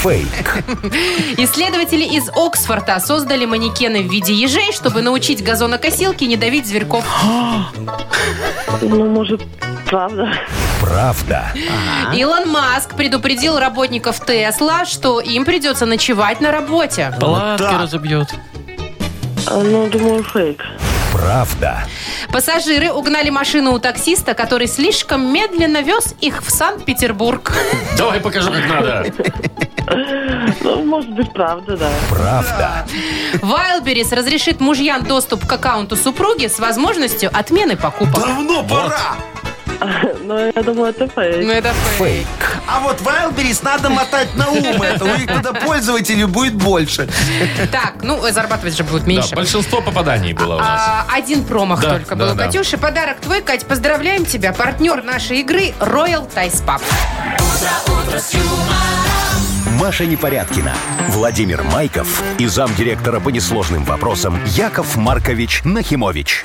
Фейк.
Исследователи из Оксфорда создали манекены в виде ежей, чтобы научить газонокосилки не давить зверьков.
Ну, может, правда.
Правда.
Илон Маск предупредил работников Тесла, что им придется ночевать на работе.
Палатки
так.
разобьет.
А, Ну, думаю, фейк.
Правда.
Пассажиры угнали машину у таксиста, который слишком медленно вез их в Санкт-Петербург.
Давай покажу, как надо.
Ну, может быть, правда, да.
Правда.
Вайлберис разрешит мужьям доступ к аккаунту супруги с возможностью отмены покупок.
Давно пора.
Но я думаю, это фейк.
Ну, это фейк.
А вот Вайлберис надо мотать на ум это. У них тогда пользователей будет больше.
Так, ну, э, зарабатывать же будут
Да,
меньше.
большинство попаданий было у нас.
А, один промах
Да,
только
да,
был. у
да.
Катюши, подарок твой, Кать. Поздравляем тебя. Партнер нашей игры Royal Тайс Пап.
Маша Непорядкина, Владимир Майков и замдиректора по несложным вопросам Яков Маркович Нахимович.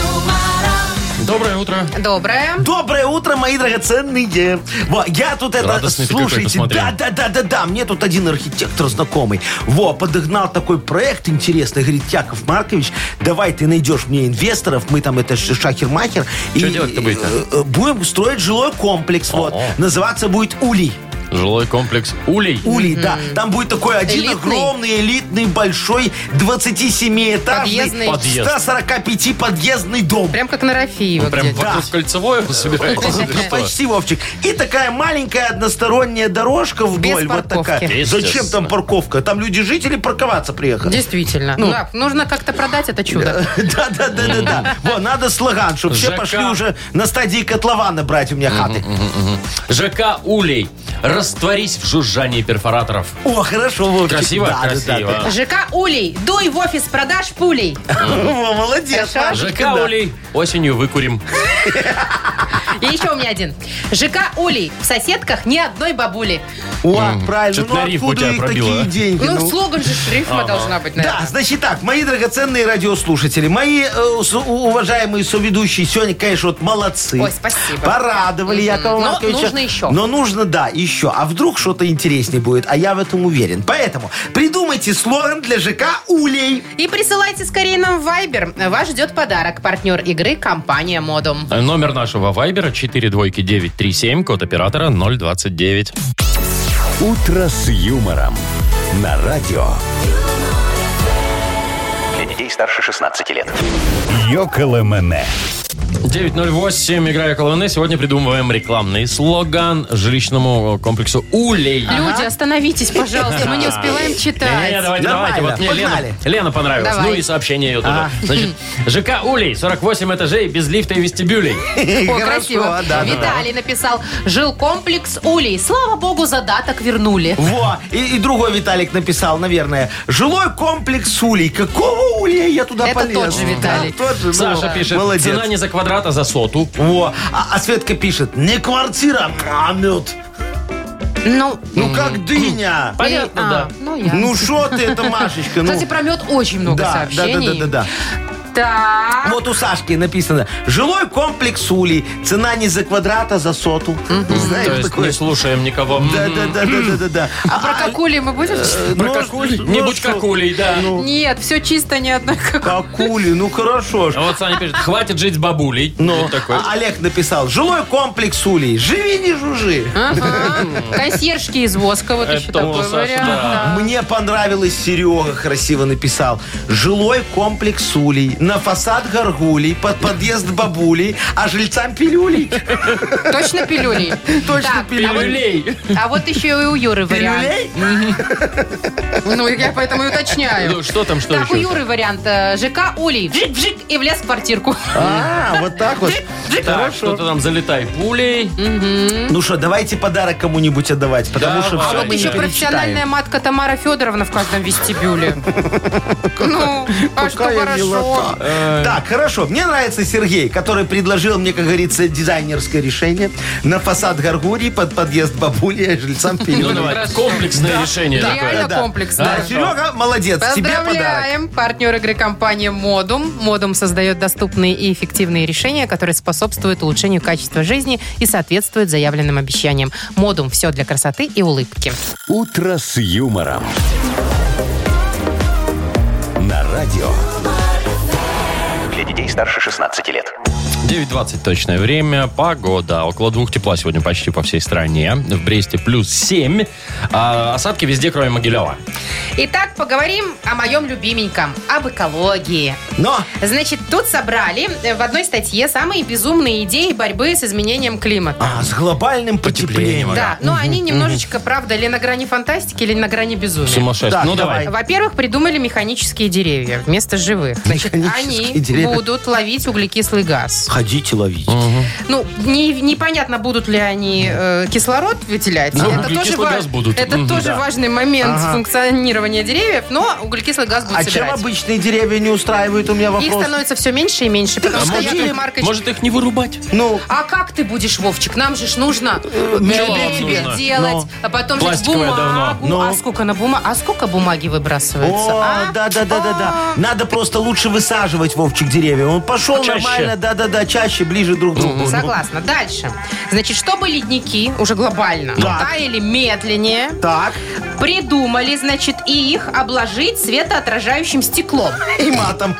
Доброе утро.
Доброе.
Доброе утро, мои драгоценные. Во, я тут это...
Радостный ты
слушайте,
какой-то, смотрю.
да, да, да, да, да. Мне тут один архитектор знакомый. Во, подогнал такой проект интересный. Говорит, Яков Маркович, давай ты найдешь мне инвесторов. Мы там, это ш- шахер-махер.
Чё
И,
делать-то будете?
э, э, Будем строить жилой комплекс. Вот.
О-о.
Называться будет Улей.
Жилой комплекс Улей.
Улей, да. Там будет такой один
Элитный.
огромный, элитный, большой, 27-этажный,
Подъездный.
Подъезд.
145-подъездный дом.
Прям как на Рафиева
Ну, Прям
где-то.
вокруг кольцевое вы собираетесь
Ну,
или что?
Почти, Вовчик. И такая маленькая односторонняя дорожка вдоль.
Без
вот такая.
парковки.
Естественно.
Зачем там парковка? Там люди-жители парковаться приехали.
Действительно.
Ну.
Да, нужно как-то продать это чудо.
Да, да, да, да, да. Во, надо слоган, чтобы все
ЖК.
пошли уже на стадии котлована брать у меня хаты.
ЖК Улей. Растворись в жужжании перфораторов.
О, хорошо, Вовчик.
Красиво,
Да, да, да,
красиво.
да.
ЖК Улей. Дуй в офис продаж пулей.
Во, Молодец,
Хорошо.
Машечка,
ЖК
да.
Улей. Осенью выкурим.
И еще у меня один. ЖК Улей. В соседках ни одной бабули.
О, правильно.
Чё-то на
Ну
рифму
откуда
тебя
их
пробило,
такие
а?
деньги?
Ну,
ну?
слоган же шрифма должна быть,
Да,
наверное.
значит так, мои драгоценные радиослушатели, мои э, су- уважаемые соведущие сегодня, конечно, вот молодцы.
Ой, спасибо.
Порадовали Якова
Но
Марковича.
нужно еще.
Но нужно, да, еще. А вдруг что-то интереснее будет, а я в этом уверен. Поэтому придумайте слоган для ЖК «Улей».
И присылайте скорее нам в Viber. Вас ждет подарок. Партнер игры компания Модум.
Номер нашего вайбера 42937, код оператора 029.
«Утро с юмором» на радио
Для детей старше 16 лет.
«Йоколэмэне».
908, играя колонны. Сегодня придумываем рекламный слоган жилищному комплексу Улей.
Люди, остановитесь, пожалуйста, мы не успеваем
Не, не,
читать.
давайте,
Нормально,
давайте. Вот мне Лена,
погнали.
Лена понравилась.
Давай.
Ну и сообщение ее тоже. Значит, ЖК Улей, 48 этажей, без лифта и вестибюлей.
О,
Хорошо,
красиво.
да, да.
Виталий написал, жил комплекс Улей. Слава богу, задаток вернули.
Во, и, и другой Виталик написал, наверное, «Жилой комплекс Улей». Какого Улей я туда
Это
полез?
тот же Виталик.
Да, тот же, ну,
Саша пишет,
Молодец.
цена не за квадрат, а за соту.
Во, а, а Светка пишет, не квартира, а мед.
Ну,
Ну как дыня.
Понятно,
э, а,
да.
Ну, я.
Ну что ты это, Машечка? ну?
Кстати, про мед очень много
Да, да, да,
сообщений.
да, да,
Так.
Вот у Сашки написано. Жилой комплекс Ули. Цена не за квадрат, а за соту. Знаешь,
То есть не
такое?
слушаем никого. М-м.
Да, да, да, да, да, да, да.
А про какули мы будем?
э,
Про
ну,
какулей?
ну,
Не будь
что?
какулей, да.
Ну,
Нет, все чисто, ни одной какули.
какули, ну хорошо ж.
А вот Саня пишет, хватит жить с бабулей.
Ну,
Вот такой.
а Олег написал, жилой комплекс Улей, живи не жужи.
Ага. Консьержки из воска, вот
Это
еще такой
вот, Саша,
вариант.
да.
да.
Мне понравилось, Серега красиво написал. Жилой комплекс улей, на фасад горгулей, под подъезд бабулей, а жильцам пилюлей.
Точно пилюлей?
Точно
Так,
пилюлей.
Бабулей.
А вот еще и у Юры вариант.
Пилюлей?
Ну, я поэтому и
Ну,
уточняю.
что там, что
Так, у
еще?
Юры вариант. э, ЖК Улей. Вжик-вжик и влез в квартирку.
А, вот так вот.
Так, что-то там залетай пулей.
Ну что, давайте подарок кому-нибудь отдавать, потому что
Давай.
все
А вот
мы не
Еще
перечитаем.
профессиональная
перечитаем.
матка Тамара Федоровна в каждом вестибюле. Ну, а что
Какая
хорошо.
милота. Так, хорошо. Мне нравится Сергей, который предложил мне, как говорится, дизайнерское решение на фасад горгурии под подъезд бабули а жильцам
Ну,
пилюлей.
давай, комплексное решение
да.
такое.
Реально комплексное.
А,
Да, Серега, молодец, тебе подарок.
Поздравляем! Партнер игры компания «Модум». «Модум» создает доступные и эффективные решения, которые способствуют улучшению качества жизни и соответствуют заявленным обещаниям. «Модум» – все для красоты и улыбки.
«Утро с юмором». На радио.
Для детей старше 16 лет.
9.20 точное время. Погода. Около двух тепла сегодня почти по всей стране. В Бресте плюс 7. А осадки везде, кроме Могилева.
Итак, поговорим о моем любименьком, об экологии.
Но
Значит, тут собрали э, в одной статье самые безумные идеи борьбы с изменением климата.
а, с глобальным потеплением.
Да, но они немножечко, правда, ли на грани фантастики, или на грани безумия.
Сумасшедший.
Так,
ну, давай.
Во-первых, придумали механические деревья вместо живых. Значит,
Механические
они
деревья.
будут ловить углекислый газ.
Ходите ловить.
Ну, не- непонятно, будут ли они э, кислород выделять.
Ну,
это
углекислый
тоже, ва-
газ будут.
это
Мгм,
тоже
да.
важный момент функционирования деревьев, но углекислый газ будет
А чем
собирать.
обычные деревья не устраивают, у меня
Их
вопрос.
становится все меньше и меньше, потому что
может,
Яков
их-
Маркович...
А Может их не вырубать?
Ну,
А как ты будешь, Вовчик? Нам же ж нужно
Э,
вам
деревья
нужно?
делать, а потом же
Пластиковое
бумагу.
давно.
А сколько на бума- А сколько бумаги выбрасывается?
о,
а?
да-да-да-да-да. Надо просто лучше высаживать, Вовчик, деревья. Он
А
пошел
Чаще.
нормально, да-да-да, чаще, ближе друг к другу.
Согласна. Дальше. Значит, чтобы ледники уже глобально
Так.
таяли медленнее,
Так,
придумали, значит, и их обложить светоотражающим стеклом.
и матом.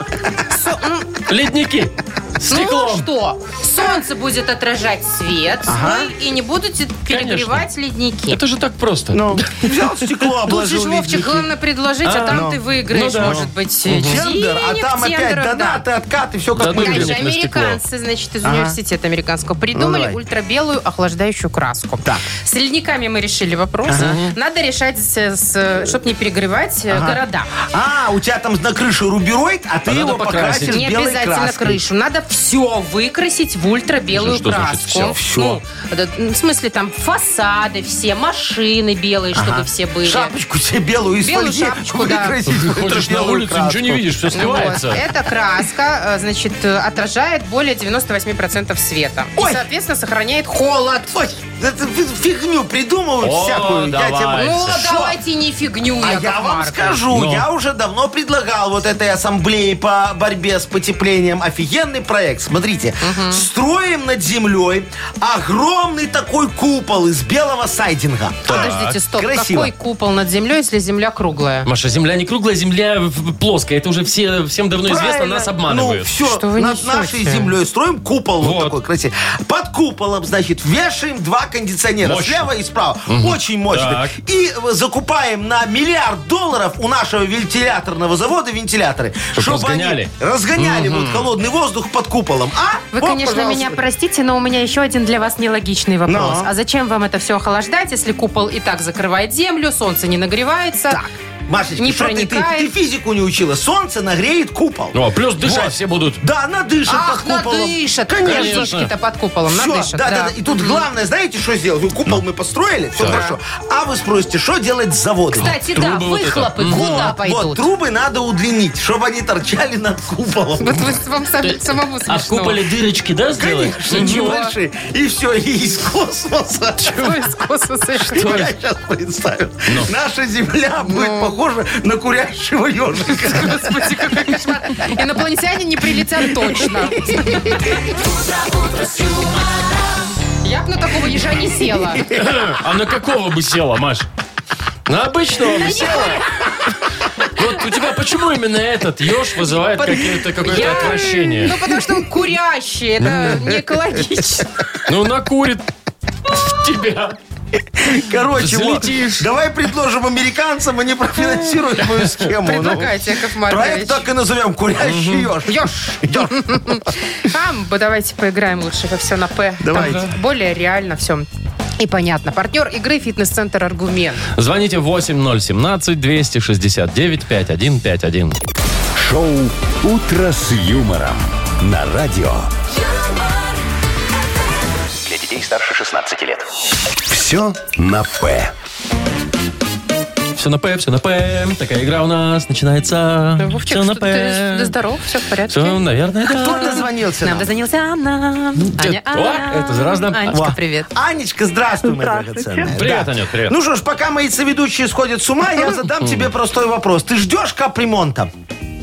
Со- м,
Ледники.
Ну
Стеклом.
что? Солнце будет отражать свет
Ага.
свой, и не будете перегревать ледники.
Это же так просто.
Ну, взял стекло,
Тут же,
обложил
ж, Вовчик,
ледники.
главное предложить, а,
А,
там
ну.
ты выиграешь,
Ну да.
может быть, денег,
Тендер, а там опять
тендеров, да.
донаты, откаты, все как
Донаты.
мы
Дальше
любим.
Денег на стекло.
американцы, значит, из университета американского придумали
Ну, давай.
ультрабелую охлаждающую краску.
Так.
С ледниками мы решили вопрос. Надо решать, чтобы не перегревать э, города.
А, у тебя там на крыше рубероид, а ты
А надо
его
покрасить.
покрасишь
Не
белой
обязательно
краской.
крышу. Надо все выкрасить в ультрабелую
Что значит
краску.
всё?
Всё.
Ну, это, ну, в смысле, там фасады все, машины белые, чтобы все были.
Шапочку тебе белую из
Белую
фольги
шапочку, да.
выкрасить в
Ходишь на
ультра-белую
улицу,
краску.
ничего не видишь, все
Вот.
сливается.
Эта краска, э, значит, э, отражает более 98% света.
Ой!
И, соответственно, сохраняет холод.
Ой, это вы фигню придумывают
О,
всякую. Я тебе-
давай.
Ну,
Шо?
давайте не фигню,
А
Яков
я вам
Маркович.
скажу,
Ну.
я уже давно предлагал вот этой ассамблее по борьбе с потеплением офигенный проект. Смотрите, строим над землей огромный такой купол из белого сайдинга.
Подождите, стоп.
красиво.
Какой купол над землей, если земля круглая?
Маша, земля не круглая, земля в- плоская. Это уже все, всем давно известно,
Правильно.
нас обманывают.
Ну, все,
Что вы
над
несете?
нашей землей строим купол вот,
Вот.
такой красивый. Под куполом, значит, вешаем два кондиционера
Мощно.
слева и справа. Очень мощно.
Так.
И э, закупаем на миллиард долларов у нашего вентиляторного завода вентиляторы.
Чтоб разгоняли?
Они разгоняли вот холодный воздух под куполом. А?
Вы,
Вот,
конечно,
пожалуйста.
меня простите, но у меня еще один для вас нелогичный вопрос.
Ну.
А зачем вам это все охлаждать, если купол и так закрывает землю, солнце не нагревается?
Так, Машечка,
Не
что ты, ты-
проникает.
ты физику не учила. Солнце нагреет купол.
Ну, а плюс дышать
Вот.
все будут.
Да, она дышит
Ах,
под куполом.
надышат.
Конечно.
Птички-то под куполом
Всё,
надышат.
да, да, да. И тут главное, знаете, что сделать? Ну, Купол мы построили, все хорошо. А вы спросите, что делать с заводом?
Кстати, да,
Трубы вот это.
выхлопы куда
Вот, Вот,
пойдут?
трубы надо удлинить, чтобы они торчали над куполом.
Вот вы- вам сам- самому смешно.
А в куполе дырочки, да, сделать?
Конечно, чем больше, и все, и из космоса.
Что из космоса? Ну.
Я сейчас представил. Наша Земля будет похоже на курящего ежика.
Господи, какой кошмар. Инопланетяне не прилетят точно. Я бы на такого ежа не села.
А на какого бы села, Маш? На обычного бы села. Вот у тебя почему именно этот еж вызывает какие-то- какое-то
Я-
отвращение?
Ну, потому что он курящий, это не экологично.
Ну, накурит тебя.
Короче, вот,
Взлетишь.
давай предложим американцам, они профинансируют мою схему. ну.
Предлагайте, Яков Маркович.
Проект так и назовем «Курящий еж».
Ёж. Там, бы давайте поиграем лучше во все на П. Там
Давайте.
более реально все. И понятно. Партнер игры «Фитнес-центр Аргумент».
Звоните 8017-269-5151.
Шоу «Утро с юмором» на радио.
юмор,
Для детей старше 16 лет.
Все на «П».
Все на П, все на П. Такая игра у нас начинается.
Вовчик,
все на
что ты,
П.
ты здоров, все в порядке?
Все, наверное, да.
Кто дозвонился
Нам
нам?
дозвонился Анна.
Где-
Аня,
Ну, О,
Аня.
это заразно.
Анечка,
Во.
привет.
Анечка, здравствуй, моя драгоценная.
Привет,
Да.
Анют, привет.
Ну что ж, пока мои соведущие сходят с ума, я задам тебе простой вопрос. Ты ждешь капремонта?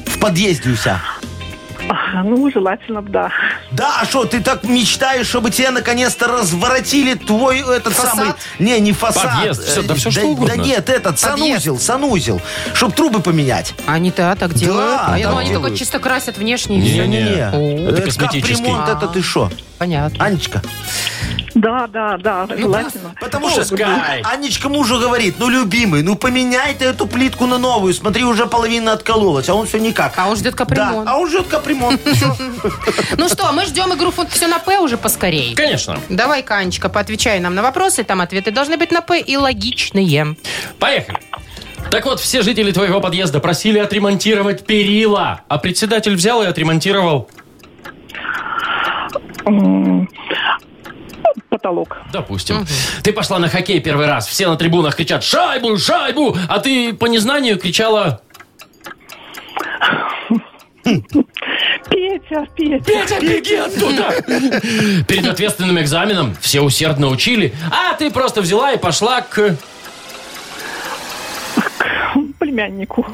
В подъезде у себя?
Ну, желательно, б, да.
Да, а что, ты так мечтаешь, чтобы тебе наконец-то разворотили твой этот
Фасад?
самый... Не, не фасад.
Подъезд, всё, да
Э,
всё что
да,
угодно.
да нет, этот,
Подъезд.
санузел, санузел. Чтоб трубы поменять.
Они да, так делают. А я
так
думала, они только
делают.
чисто красят внешне.
Не,
и всё.
не, не.
О.
Это косметический.
э, Капремонт это ты что,
Понятно.
Анечка?
Да, да, да, желательно.
Потому что
Пускай.
Анечка мужу говорит, ну, любимый, ну, поменяй ты эту плитку на новую. Смотри, уже половина откололась, а он все никак.
А он ждет
Да,
капремонт.
а он ждет капремонт. Всё.
Ну что, мы ждем игру «Все на П» уже поскорей.
Конечно.
Давай-ка, Анечка, поотвечай нам на вопросы. Там ответы должны быть на «П» и логичные.
Поехали. Так вот, все жители твоего подъезда просили отремонтировать перила, а председатель взял и отремонтировал,
М, Потолок.
допустим. Ты пошла на хоккей первый раз, все на трибунах кричат «Шайбу! Шайбу!», а ты по незнанию кричала
Петя, Петя.
«Петя, беги оттуда!». Перед ответственным экзаменом все усердно учили, а ты просто взяла и пошла к...
Племяннику.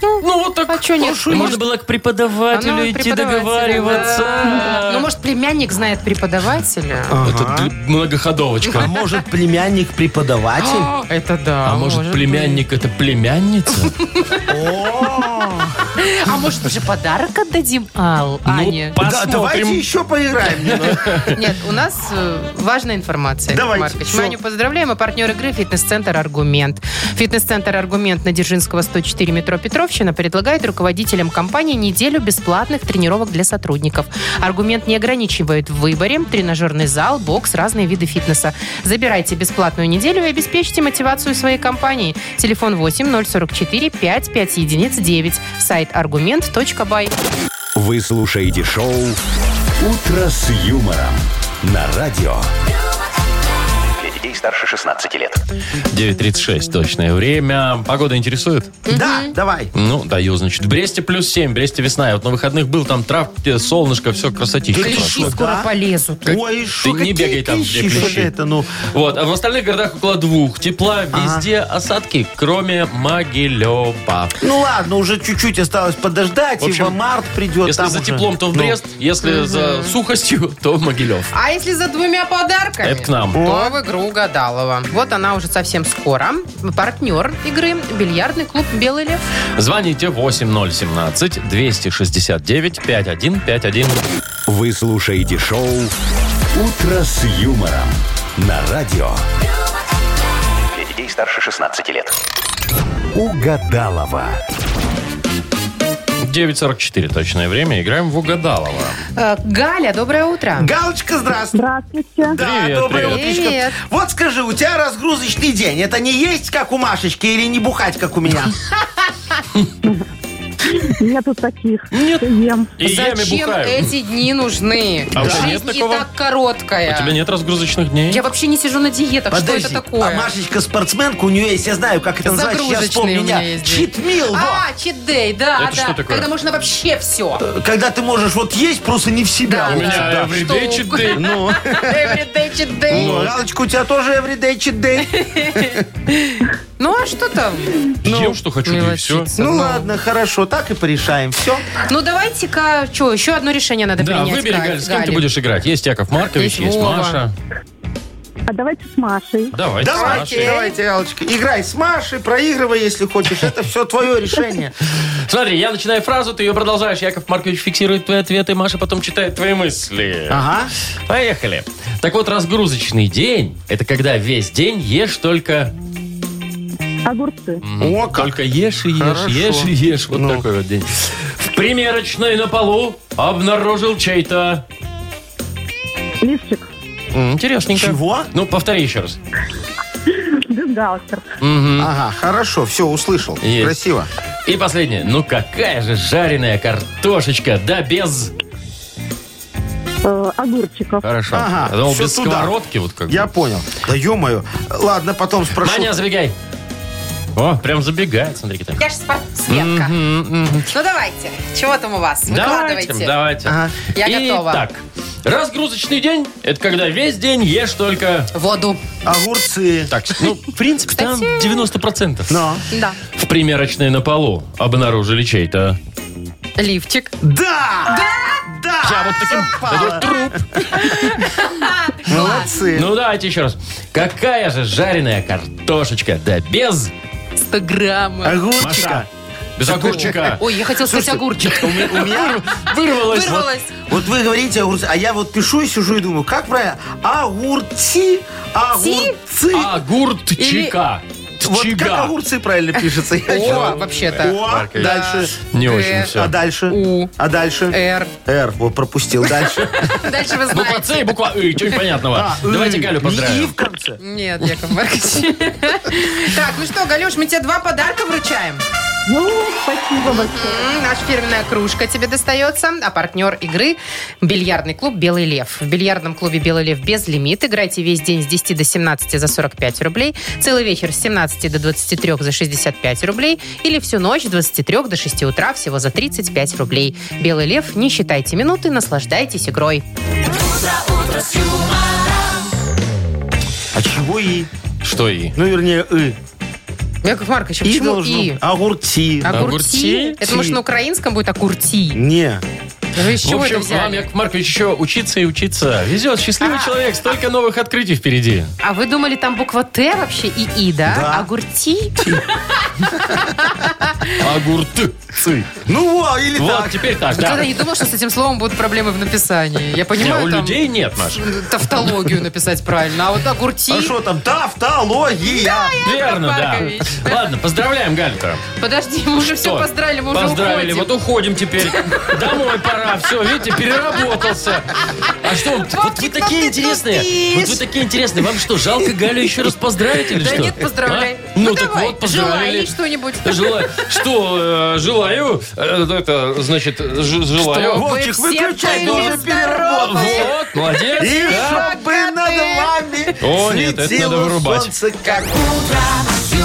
Ну, вот так.
А чё нет?
Можно было к преподавателю
Она
идти
преподаватель, да.
договариваться.
Ну, может, племянник знает преподавателя?
Это д-
А
многоходовочка.
может, племянник преподаватель?
О, Это да.
А может, племянник это племянница?
быть. А может, уже подарок отдадим Ал,
Ну,
Ане?
Да, давайте еще поиграем немного.
Нет, у нас э, важная информация. Яков
Давайте,
Маркович.
всё.
Мы Аню поздравляем, и партнер игры «Фитнес-центр Аргумент». «Фитнес-центр Аргумент» на Дзержинского, 104 метро Петровщина предлагает руководителям компании неделю бесплатных тренировок для сотрудников. «Аргумент» не ограничивает в выборе. Тренажерный зал, бокс, разные виды фитнеса. Забирайте бесплатную неделю и обеспечьте мотивацию своей компании. Телефон 8 044 55 единиц 9. Сайт аргумент.бай.
Вы слушаете шоу «Утро с юмором» на радио.
Для детей старше 16 лет.
9.36 точное время. Погода интересует?
Да, давай.
Ну, даю, значит. В Бресте плюс 7, в Бресте весна. Я вот на выходных был, там трав, э, солнышко, все красотища.
Клещи
прошло.
Что,
скоро
да?
полезут.
Ой, шо,
не
какие
бегай там, где
клещи, что
клещи.
это, ну.
Вот, а в остальных городах около двух. Тепла везде, осадки, кроме Могилева.
Ну ладно, уже чуть-чуть осталось подождать,
В общем,
и во март придет.
Если
там
за
уже.
теплом, то в
Ну,
Брест, если за сухостью, то в Могилев.
А если за двумя подарками?
Это к нам.
То в игру угадалова. Вот она уже совсем скоро. Партнер игры – бильярдный клуб «Белый лев».
Звоните 8017-269-5151.
Вы слушаете шоу «Утро с юмором» на радио.
Для детей старше 16 лет.
Угадалова.
9.44 точное время. Играем в Угадалова.
Э, Галя, доброе утро.
Галочка, здравствуй.
Здравствуйте.
Да,
Привет,
доброе
привет.
утречко.
Привет.
Вот скажи, у тебя разгрузочный день. Это не есть, как у Машечки, или не бухать, как у меня?
Нету таких.
Нет.
Ем.
И ями
Зачем
бухаю.
эти дни нужны?
А у тебя нет
Жизнь и
такого?
так короткая.
У тебя нет разгрузочных дней?
Я вообще не сижу на диетах.
Подожди,
Что это такое?
а Машечка спортсменка, у нее есть, я знаю, как это называется, сейчас
Загрузочные
вспомни
у меня
меня,
есть
читмил,
А, чит-дэй, да,
Это
да.
что такое?
Когда можно вообще все.
когда ты можешь вот есть, просто не в себя.
Да,
вот
да.
так.
меня
Да.
everyday
Что?
cheat day.
Ну,
Everyday чит-дэй.
ну, Галочка, у тебя тоже everyday cheat day?
Ну а что там?
Ем, что хочу, да и все.
мелочиться?
Ну ладно, хорошо, так и порешаем. Все.
Ну давайте-ка, что, еще одно решение надо
Да,
принять.
выбери,
Галь,
Галь, с кем ты
Гале.
будешь играть. Есть Яков Маркович,
Есть
есть
Вова.
Маша.
А давайте с Машей.
Давай,
Давайте,
Маша.
давайте, Галочка. Играй с Машей, проигрывай, если хочешь. Это все твое решение.
Смотри, я начинаю фразу, ты ее продолжаешь. Яков Маркович фиксирует твои ответы, Маша потом читает твои мысли.
Ага.
Поехали. Так вот, разгрузочный день – это когда весь день ешь только...
Огурцы.
О, как.
Только ешь и ешь,
Хорошо.
ешь и ешь. Вот
Ну.
такой вот день. В примерочной на полу обнаружил чей-то...
Лифчик.
М, Интересненько.
Чего?
Ну, повтори еще раз.
Бюстгальтер.
Ага, хорошо, все, услышал.
Есть.
Красиво.
И последнее. Ну, какая же жареная картошечка. Да, без...
э, Огурчиков.
Хорошо.
Ага,
Я думал,
всё
без
туда.
сковородки вот как
Я
бы.
понял. Да ё-моё. Ладно, потом спрошу.
Маня, забегай. О, прям забегает, смотри, какая.
Я же спортсменка. Ну давайте, чего там у вас?
Давайте,
Выкладывайте.
давайте.
Ага.
Я готова.
Так, разгрузочный день – это когда весь день ешь только...
Воду.
Огурцы.
Так, ну, в принципе, там 90%.
Но.
Да.
В примерочной на полу обнаружили чей-то.
Лифчик.
Да! Да!
Я вот таким...
Совпало. Молодцы.
Ну, давайте еще раз. Какая же жареная картошечка, да без...
100 граммов.
Огурчика.
Маша, без огурчика.
Ой, я хотела сказать огурчик.
У меня...
Вырвалась. вот.
Вырвалась.
Вот вы говорите огурцы, а я вот пишу и сижу и думаю, как правильно? Огурцы, огурцы.
Огурчика.
Вот как
А, Чига.
огурцы правильно пишется? Я чё?
О, вообще-то.
О,
Маркович.
дальше.
Не очень
Э,
все.
А дальше?
У. Э.
А дальше?
Р.
Р. Вот пропустил. Дальше.
Дальше
Ну,
вы
Буква С
знаете.
и буква И, чего непонятного.
А,
Давайте
и.
Галю
И
поздравим.
в конце.
Нет, Яков Маркович. Так, ну что, Галюш, мы тебе два подарка вручаем.
Ну, спасибо большое.
М, Наша фирменная кружка тебе достается, а партнер игры – бильярдный клуб «Белый лев». В бильярдном клубе «Белый лев» без лимит. Играйте весь день с 10 до 17 за 45 рублей, целый вечер с 17 до 23 за 65 рублей или всю ночь с 23 до 6 утра всего за 35 рублей. «Белый лев», не считайте минуты, наслаждайтесь игрой.
А чего и?
Что И?
Ну, вернее, и.
Яков Маркович, а
И
почему
должно.
«и»? А?
Огурцы.
Огурти?
Огурти? Это,
Ти.
может, на украинском будет «огурти»?
Не.
Вы из
В
чего это
общем, вам,
взяли?
Яков Маркович, еще учиться и учиться. Везет, счастливый человек, столько новых открытий впереди.
А вы думали, там буква «Т» вообще и «и», да?
Да.
Огурти?
Огурцы.
Ну, во, или
Вот,
так.
теперь так,
Никогда
да.
не думал, что с этим словом будут проблемы в написании. Я
Не,
понимаю,
у
там
людей нет, Маша.
тавтологию написать правильно, а вот огурти...
А что там? Тавтология.
Верно, да.
Маркович.
Ладно, поздравляем, Галька.
Подожди, мы уже все
Что?
поздравили, мы уже
Поздравили,
уходим.
вот уходим теперь. Домой пора, все, видите, переработался. А что, вот, вот вы
Вовчик, ну
такие
ты
интересные.
тупишь.
Вот вы такие интересные. Вам что, жалко Галю еще раз поздравить или
Да
что?
нет, поздравляй.
А? Ну, так
давай,
вот, поздравили. Э,
Желай ей что-нибудь.
Желаю. Что, э, желаю, э, это, значит, ж- желаю.
Что?
Вовчик,
Вы все
выключай,
были
тоже переработал.
Вот, молодец.
И
да.
чтобы над вами
О, нет, это надо
светило
вырубать.
солнце, как
Как утро.